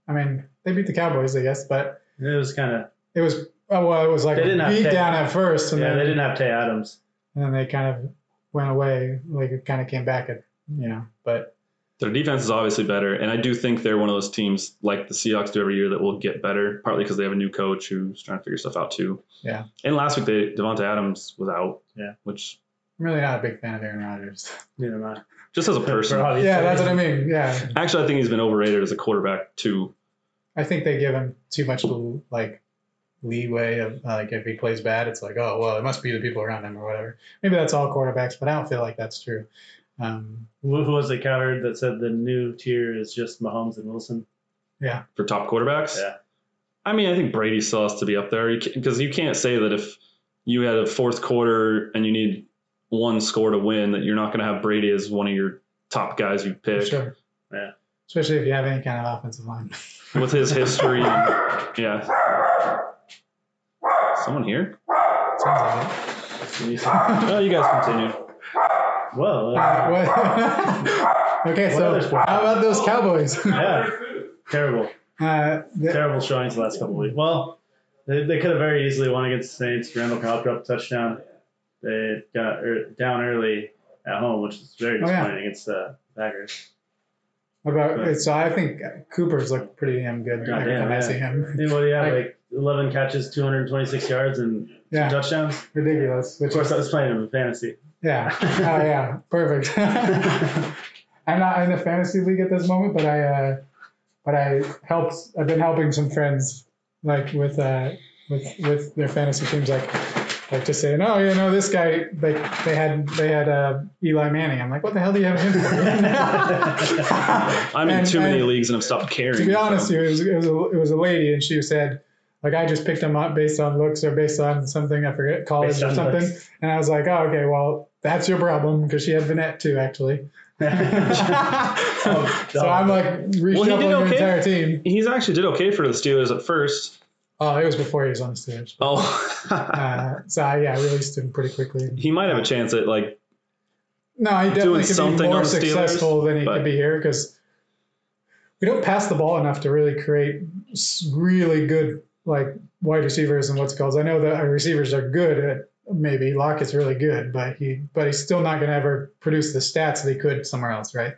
I mean, they beat the Cowboys, I guess, but
It was kind of.
it was, oh, well, it was like
They didn't
a
have
beat
tech-
down at first, and,
Yeah,
then,
they didn't have Tay Adams.
and then they kind of went away, like it kind of came back, at, you know, but
Their defense is obviously better, and I do think they're one of those teams like the Seahawks do every year that will get better, partly because they have a new coach who's trying to figure stuff out too.
Yeah.
And last week they Devonta Adams was out.
Yeah.
Which
I'm really not a big fan of Aaron Rodgers.
Neither am I.
just as a
For
person,
obvious
Yeah, that's what I
reasons.
mean. Yeah,
actually, I think he's been overrated as a quarterback too.
I think they give him too much like leeway of like if he plays bad, it's like oh well, it must be the people around him or whatever. Maybe that's all quarterbacks, but I don't feel like that's true. Um,
Who who was the coward that said the new tier is just Mahomes and Wilson?
for top quarterbacks.
Yeah.
I mean, I think Brady still has to be up there because you can't say that if you had a fourth quarter and you need one score to win, that you're not going to have Brady as one of your top guys you
for
pick
sure.
Yeah.
Especially if you have any kind of offensive line.
with his history. yeah. Someone here?
Sounds like it.
And you said,
No, you guys continue.
well,
Uh,
uh,
what- okay,
What
so
other sport?
how about those Cowboys?
yeah, terrible.
uh, the,
terrible showings the last couple of weeks. Well, they, they could have very easily won against the Saints. Randall Cobb dropped a touchdown. They got er, down early at home, which is very
Oh, yeah.
disappointing against the Packers.
what about so I think Cooper's looked pretty damn good every
God damn,
time I
yeah.
see him.
They- What do you have?
Like-
Like 11 catches, 226 yards, and two
Yeah,
touchdowns?
ridiculous.
Of
Which
course,
is,
I was playing him in fantasy.
yeah, oh yeah, perfect. I'm not in the fantasy league at this moment, but I uh, but I helped. I've been helping some friends like with uh, with with their fantasy teams, like like just saying, oh, you know, this guy like they had they had uh, Eli Manning. I'm like, what the hell do you have him for?
I'm in
And-
too many
and-
leagues and I've stopped caring.
to be honest,
so.
with you, it was, it was a, it was a lady, and she said, like, I just picked him up based on looks or based on something I forget college
Based
or
on
something,
looks.
and I was like, oh, okay, well, that's your problem because she had Vanette too, actually. so I'm like
Well, he
reshuffling
did
your
okay.
entire team.
He's actually did okay for the Steelers at first.
Oh, it was before he was on the stage.
Oh,
Uh, so I, yeah, I released him pretty quickly.
he might have a chance at like
No, he
Doing
definitely could be
something on
more
the Steelers,
successful than he
but-
could be here because we don't pass the ball enough to really create s- really good like wide receivers and what's it called. I know that our receivers are good at maybe Lockett's really good, but he but he's still not going to ever produce the stats that he could somewhere else, right?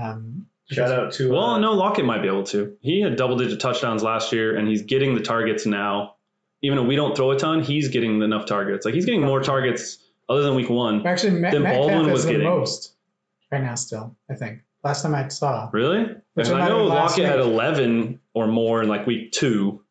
Um,
Shout out to.
Well,
uh,
no, Lockett might be able to. He had double digit touchdowns last year, and he's getting the targets now. Even though we don't throw a ton, he's getting enough targets. Like he's getting more targets other than week one.
actually, Matt,
Then
Matt
Baldwin
Kemp
was
is the
getting-
most right now still. I think last time I saw,
Really?
Which
And I know
reminded me last
Lockett had
week.
eleven or more in like week two.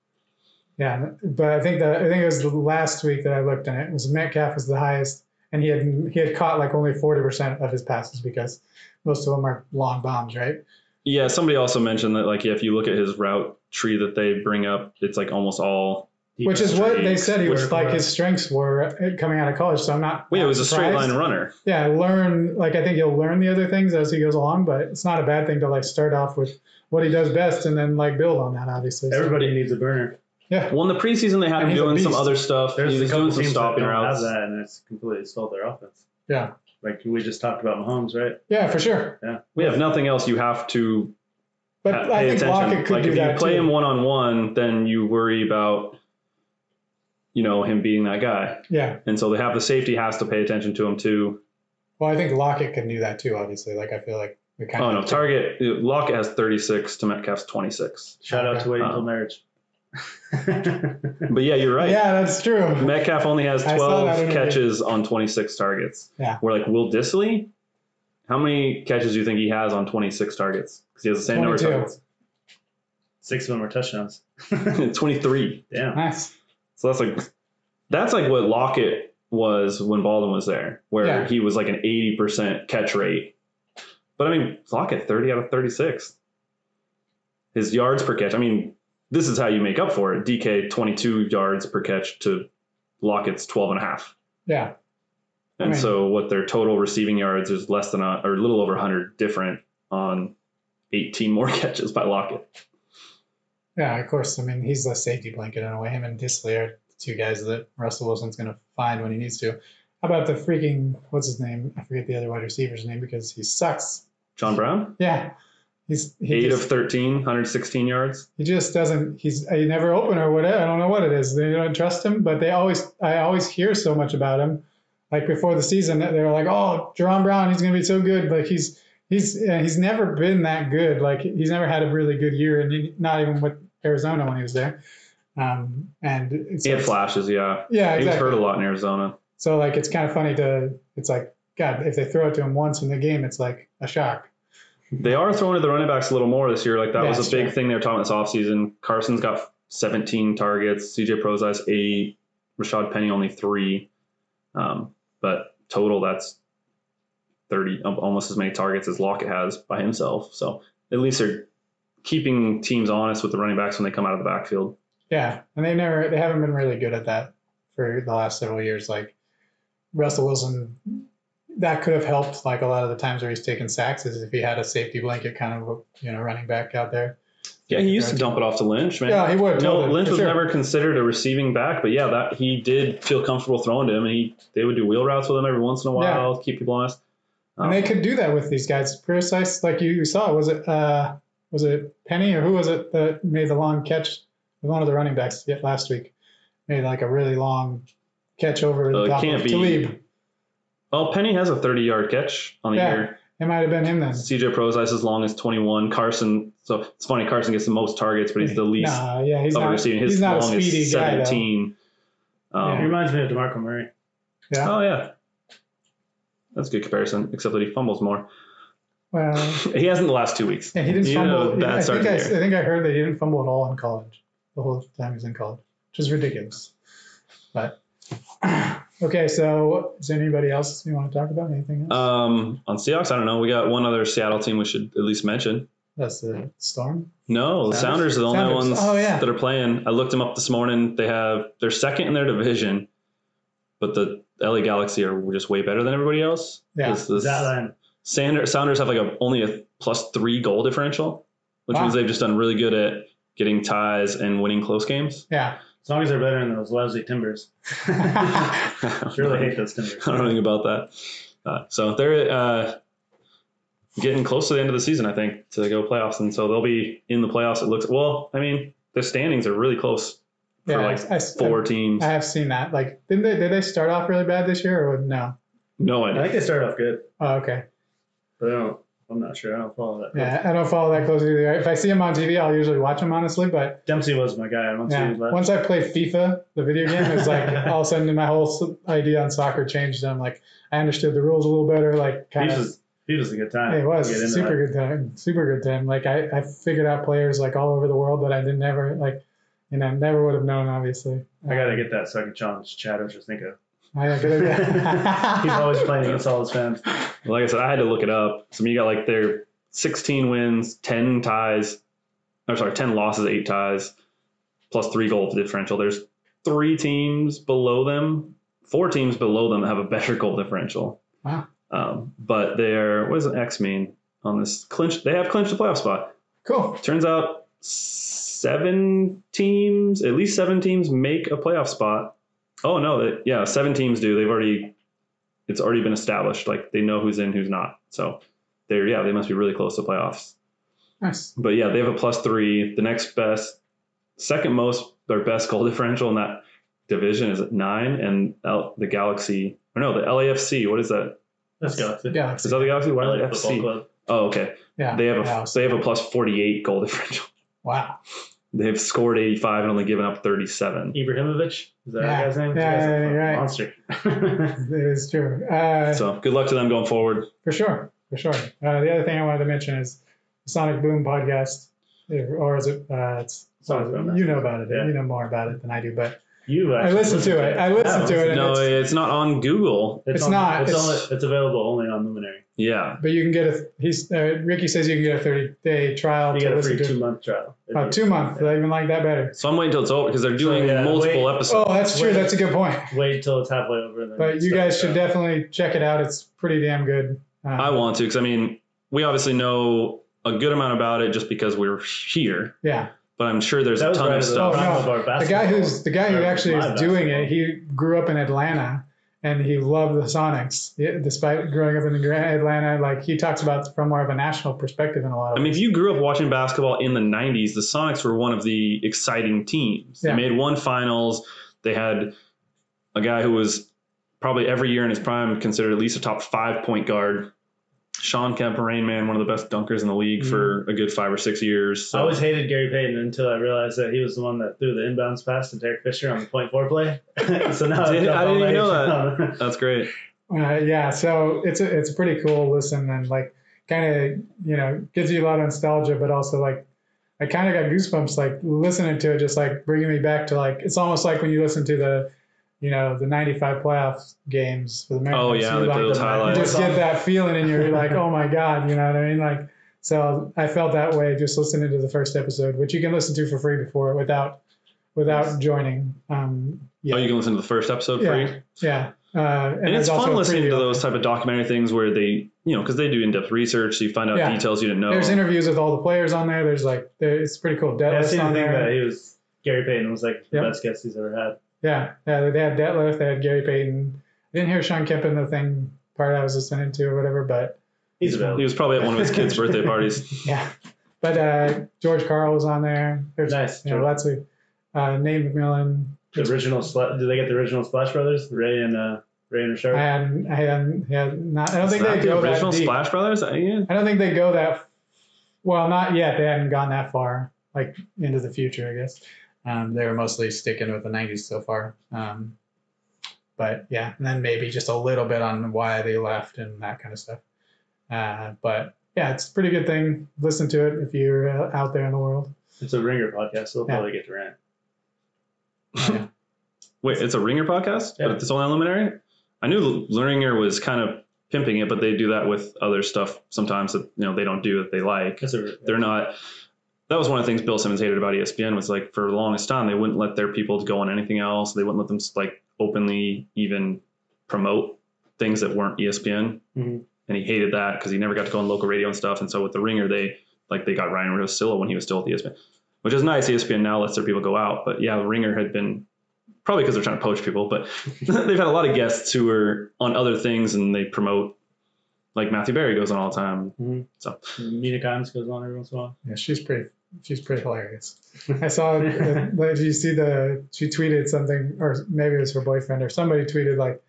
yeah, but I think that I think it was the last week that I looked and it was Metcalf was the highest, and he had he had caught like only forty percent of his passes because most of them are long bombs, right?
Yeah, somebody also mentioned that like if you look at his route tree that they bring up, it's like almost all
Which is what they
streaks,
said he
which-
was like his strengths were uh, coming out of college. So I'm not.
Well, yeah, it was a straight
surprised.
line runner.
yeah learn like i think he'll learn the other things as he goes along but it's not a bad thing to like start off with what he does best and then like build on that obviously So-
everybody needs a burner.
yeah
Well, in the preseason they had
And
him
he's a
doing some
beast.
other stuff.
There's
he
a
was
couple
doing
teams
some stopping
that don't
routes.
have that, and it's completely stalled their offense.
yeah
Like we just talked about Mahomes, right?
yeah for sure
We have nothing else. You have to
but
pa-
i
Uh, pay
think
attention.
Lockett could
like
do
if
that
you play
too.
him one on one, then you worry about you know him being that guy,
yeah
and so they have the safety has to pay attention to him too.
well i think Lockett can do that too obviously like i feel like we kind
Oh
of
no, target Lockett has thirty six to Metcalf's twenty six.
Shout out to waiting
Uh,
until marriage.
Uh-huh. But yeah, you're right.
yeah that's true
Metcalf only has
I saw that
twelve
interview.
catches on twenty six targets.
Yeah.
we're like Will Disley. How many catches do you think he has on twenty six targets? Because he has the same number
22
of
Six of them are touchdowns.
targets. twenty three.
Damn.
nice
So that's like that's like what Lockett was when Baldwin was there, where
Yeah.
he was like an eighty percent catch rate. But I mean, Lockett thirty out of thirty six. His yards per catch. I mean, this is how you make up for it. DK twenty two yards per catch to Lockett's 12 and a half.
yeah I
And
mean-
so what their total receiving yards is less than a or a little over 100 different on 18 more catches by Lockett.
yeah of course i mean he's the safety blanket in a way him and disley are the two guys that russell wilson's going to find when he needs to how about the freaking what's his name i forget the other wide receiver's name because he sucks
John Brown,
Yeah, he's he
8
just,
of 13, 116 yards.
he just doesn't. He's I never open or whatever. I don't know what it is. They don't trust him, but they always I always hear so much about him. Like before the season, they were like, "Oh, Jerron Brown, he's going to be so good." Like he's he's yeah, he's never been that good. Like he's never had a really good year, and he- not even with Arizona when he was there. Um, and it's
He had flashes, yeah.
yeah,
He was hurt
exactly.
a lot in Arizona.
So like it's kind of funny to it's like God if they throw it to him once in the game, it's like a shock.
They are throwing to the running backs a little more this year. Like that was
That's
a big
true.
thing they were talking about this offseason. Carson's got 17 targets, CJ Prozise eight, Rashad Penny only three. Um, but total, that's 30, um, almost as many targets as Lockett has by himself. So at least they're keeping teams honest with the running backs when they come out of the backfield.
Yeah, and they never they haven't been really good at that for the last several years. Like Russell Wilson, that could have helped. Like a lot of the times where he's taken sacks is if he had a safety blanket kind of you know running back out there.
Yeah, he used to dump it off to Lynch, man.
Yeah, he would.
No,
totally,
Lynch
for
was
sure.
never considered a receiving back, but yeah, that he did feel comfortable throwing to him, and he they would do wheel routes with him every once in a while, keep people honest. Um,
And they could do that with these guys. Precise, like you, you saw, was it uh, was it Penny or who was it that made the long catch? One of the running backs yet last week made like a really long catch
So
over the
Oh, it
top
can't
of
be-
Talib.
well, Penny has a 30 yard catch on the
Yeah.
year.
It might have been him then.
CJ Prozise as long as 21. Carson, so it's funny Carson gets the most targets, but he's the least
Nah, yeah, he's
of a
not.
receiving. His
he's not a
long
speedy
is
guy, though.
17.
He
um,
reminds me of DeMarco Murray.
Yeah.
Oh yeah, that's a good comparison. Except that he fumbles more.
Well,
he hasn't the last two weeks.
yeah, he didn't
You know,
fumble.
bad
I,
start
think
to
I, I
the year.
think I heard that he didn't fumble at all in college the whole time he's in college, which is ridiculous. But okay, so is there anybody else you want to talk about? Anything else?
Um, on Seahawks, I don't know. We got one other Seattle team we should at least mention.
That's the storm.
No, the
Sounders?
Sounders are the only
Sounders.
ones
Oh, yeah.
that are playing. I looked them up this morning. They have they're second in their division, but the LA Galaxy are just way better than everybody else.
Yeah.
'Cause the
That line.
Sander, Sounders have like a only a plus three goal differential, which
Wow.
means they've just done really good at getting ties and winning close games.
Yeah.
As long as they're better than those lousy Timbers.
I
yeah,
don't
Surely
know.
hate those Timbers.
I don't know anything about that. Uh, so they're uh, getting close to the end of the season, I think, to go playoffs, and so they'll be in the playoffs. It looks well. I mean, their standings are really close for like
I, s-
four teams.
I have seen that. Like, didn't they? Did they start off really bad this year, or no?
no
I
idea.
think they started off good,
Oh, okay.
but I don't. I'm not sure. I don't follow that.
Yeah, I don't follow that closely either. If I see him on TV, I'll usually watch him honestly. But
Dempsey was my guy. Once
yeah,
he left,
once I played FIFA, the video game, it's like all of a sudden my whole s- idea on soccer changed. And I'm like, I understood the rules a little better. Like,
he
kind of.
was he was a good time.
It was
Get into
super
that.
good time, super good time. Like I, I figured out players like all over the world that I didn't ever like, you know, never would have known. Obviously,
I gotta get that second challenge. Chad was just think of.
I gotta-
He's always playing against all his fans.
Like I said, I had to look it up. So you got like their 16 wins, 10 ties, or sorry, 10 losses, eight ties, plus three goal differential. There's three teams below them, four teams below them that have a better goal differential.
Wow.
Um, but they're what does an X mean on this clinch? They have clinched the playoff spot.
cool.
Turns out seven teams, at least seven teams, make a playoff spot. Oh no, that yeah, seven teams do. They've already, it's already been established. Like they know who's in, who's not. So they're yeah, they must be really close to playoffs.
Nice.
But yeah, they have a plus three. The next best, second most, their best goal differential in that division is at nine, and L, the Galaxy or no, the LAFC. What is that?
Let's go.
Galaxy.
Is that the Galaxy? Why
LA
LAFC?
Football Club.
Oh, okay.
Yeah.
They have a
yeah,
they have a plus forty eight goal differential.
wow.
They've scored 85 and only given up 37.
Ibrahimovic. Is
Yeah.
that that guy's name?
Yeah,
That guy's a
yeah, yeah,
Monster.
It is true. Uh,
So good luck to them going forward.
for sure. For sure. Uh, the other thing I wanted to mention is the Sonic Boom podcast, or is it? Uh, it's
Sonic Boom.
you know about it.
Yeah.
You know more about it than I do, but
You.
I
actually
listened to it. I listened to it. And
No,
it's,
it's not on Google.
It's
on-
not,
It's,
it's-
only, it's available only on Luminary.
Yeah.
But you can get a. He's uh, Ricky says you can get a thirty day trial
You
to
got a
listen
free
to.
two month trial.
Oh, two months. I even like that better.
So I'm waiting till it's over because they're doing
yeah,
multiple
wait.
episodes.
Oh, that's true.
Wait.
That's a good point.
Wait till it's halfway over. And then
But you
start
guys
the
should
trial.
definitely check it out. It's pretty damn good. Um,
I want to because I mean, we obviously know a good amount about it just because we're here,
Yeah.
but I'm sure there's
That
a
was
ton
right
of
at the
stuff.
Oh,
prime
no.
of our
the guy
basketball.
who's the guy who
Or
actually
my
is doing
basketball.
it he grew up in atlanta and he loved the sonics Yeah, despite growing up in Gra- atlanta like he talks about from more of a national perspective in a
I
lot of
mean,
ways.
if you grew up watching basketball in the 90s, the Sonics were one of the exciting teams.
Yeah.
They made one finals. They had a guy who was probably every year in his prime considered at least a top five point guard. Sean kept Rain Man, one of the best dunkers in the league for
Mm-hmm.
a good five or six years. So
I always hated Gary Payton until I realized that he was the one that threw the inbounds pass to Derek Fisher on the point four play. so now
Did-
I've
I didn't even know
jumped on-
that's great. Oh,
Uh, yeah, so it's a it's a pretty cool listen and like kind of you know gives you a lot of nostalgia, but also like I kind of got goosebumps like listening to it, just like bringing me back to like it's almost like when you listen to the you know the '95 playoffs games for the Mariners.
Oh, yeah,
you,
they
like,
play those
you
highlights.
just get that feeling, and you're like, oh my god, you know what I mean? Like, so I felt that way just listening to the first episode, which you can listen to for free before without without joining. Um, yeah,
Oh, you can listen to the first episode
Yeah.
free.
yeah. Uh,
And
there's
it's
also
fun
a
listening to
preview.
those type of documentary things where they, you know, because they do in depth research, so you find out
Yeah.
details you didn't know.
There's interviews with all the players on there. There's like there, it's pretty cool.
Oh, Yeah, I've
Deadlift
seen the
on
thing
there.
that he was Gary Payton was like the
Yep.
best guest he's ever had.
yeah, yeah. They had Deadlift. They had Gary Payton. I didn't hear Sean Kemp in the thing part I was listening to or whatever, but
He's
he
available.
was probably at one of his kids' birthday parties.
yeah. But uh, George Carl was on there. There's
Nice.
you know, lots of uh, Nate McMillan.
The original Sla- did they get the original Splash Brothers? Ray and uh, Ray
I
and Richard.
hadn't, I hadn't, yeah, not. I don't think
Is
they
that the
go that
original
deep.
Splash Brothers. Uh, yeah.
I don't think they go that. Well, not yet. They haven't gone that far, like into the future, I guess. Um, they were mostly sticking with the '90s so far. Um, but yeah, and then maybe just a little bit on why they left and that kind of stuff. Uh, but yeah, it's a pretty good thing. Listen to it if you're uh, out there in the world.
It's a ringer podcast, so they'll
Yeah.
probably get to rant.
Yeah.
Wait, it's a Ringer podcast,
Yeah.
but it's only on Luminary. I knew L- Ringer was kind of pimping it, but they do that with other stuff sometimes that you know they don't do that they like.
That's a,
They're not. That was one of the things Bill Simmons hated about E ESPN was like for the longest time they wouldn't let their people go on anything else. They wouldn't let them like openly even promote things that weren't E ESPN,
Mhm.
and he hated that because he never got to go on local radio and stuff. And so with the Ringer, they like they got Ryan Rosillo when he was still E at ESPN, which is nice. E ESPN now lets their people go out, but yeah, the Ringer had been probably because they're trying to poach people, but they've had a lot of guests who are on other things and they promote. Like Matthew Berry goes on all the time.
Mina Kimes goes on every once in a while.
Yeah, she's pretty. She's pretty hilarious. I saw. uh, like, Did you see the? She tweeted something, or maybe it was her boyfriend, or somebody tweeted like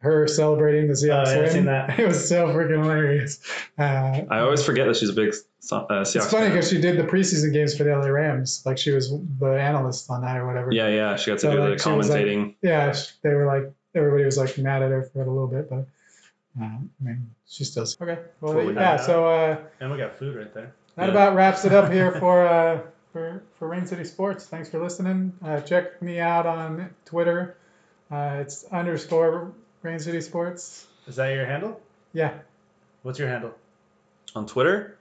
her celebrating the Seahawks
Oh, yeah, I've
win.
seen that.
It was so freaking hilarious. Uh,
I always forget that she's a big uh, Seahawks.
it's funny
fan.
because she did the preseason games for the LA Rams. Like she was the analyst on that or whatever.
Yeah, yeah, she got to
So,
do
like,
the
she was, like-
commentating.
Yeah. sh- They were like everybody was like mad at her for it a little bit, but uh, I mean she's still okay. Well,
Well, we-
yeah. So. Uh,
And we got food right there.
That
Yeah.
about wraps it up here for uh, for for Rain City Sports. Thanks for listening. Uh, check me out on Twitter. Uh, it's underscore Rain City Sports.
Is that your handle?
Yeah,
What's your handle?
on Twitter.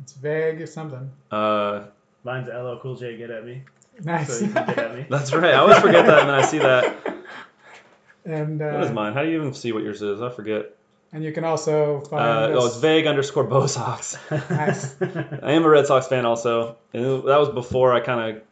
it's vague or something.
Uh,
Mine's LL Cool J. Get at me.
Nice.
So you can get at me.
that's right. I always forget that, and I see that.
and
What is
uh,
mine? How do you even see what yours is? I forget.
and you can also find
Uh, oh, it's
us.
vague underscore Bo Sox.
Nice.
I am a Red Sox fan also, and that was before I kind of.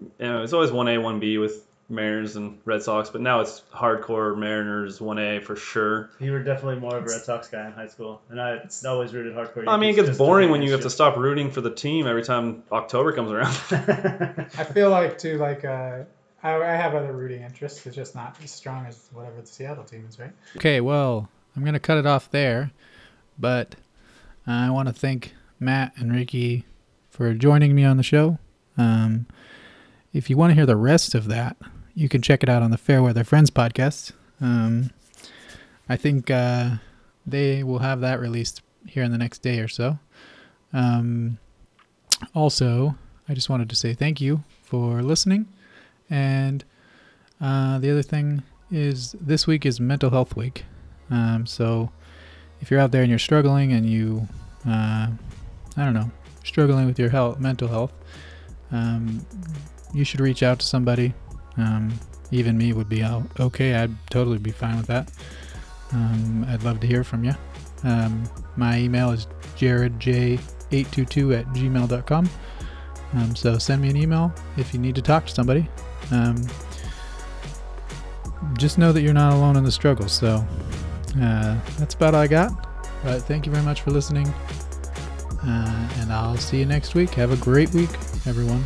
You know, it's always one A, one B with Mariners and Red Sox, but now it's hardcore Mariners one A for sure.
you were definitely more of a Red Sox guy in high school, and I always rooted hardcore.
I mean, it
Yankees
gets
just to
boring
win
when you have to
this
stop rooting for the team every time October comes around.
shit.
I feel like too like uh, I, I have other rooting interests. It's just not as strong as whatever the Seattle team is, right?
Okay, well, I'm going to cut it off there, but I want to thank Matt and Ricky for joining me on the show. Um, if you want to hear the rest of that, you can check it out on the Fairweather Friends podcast. Um, I think uh, they will have that released here in the next day or so. Um, also, I just wanted to say thank you for listening. And uh, the other thing is this week is Mental Health Week. Um, so if you're out there and you're struggling and you, uh, I don't know, struggling with your health, mental health, um, you should reach out to somebody. Um, even me would be out. Okay, I'd totally be fine with that. Um, I'd love to hear from you. Um, my email is jaredj822 at gmail.com. Um, so send me an email if you need to talk to somebody. Um, just know that you're not alone in the struggle. So uh, that's about all I got. But thank you very much for listening. Uh, and I'll see you next week. Have a great week, everyone.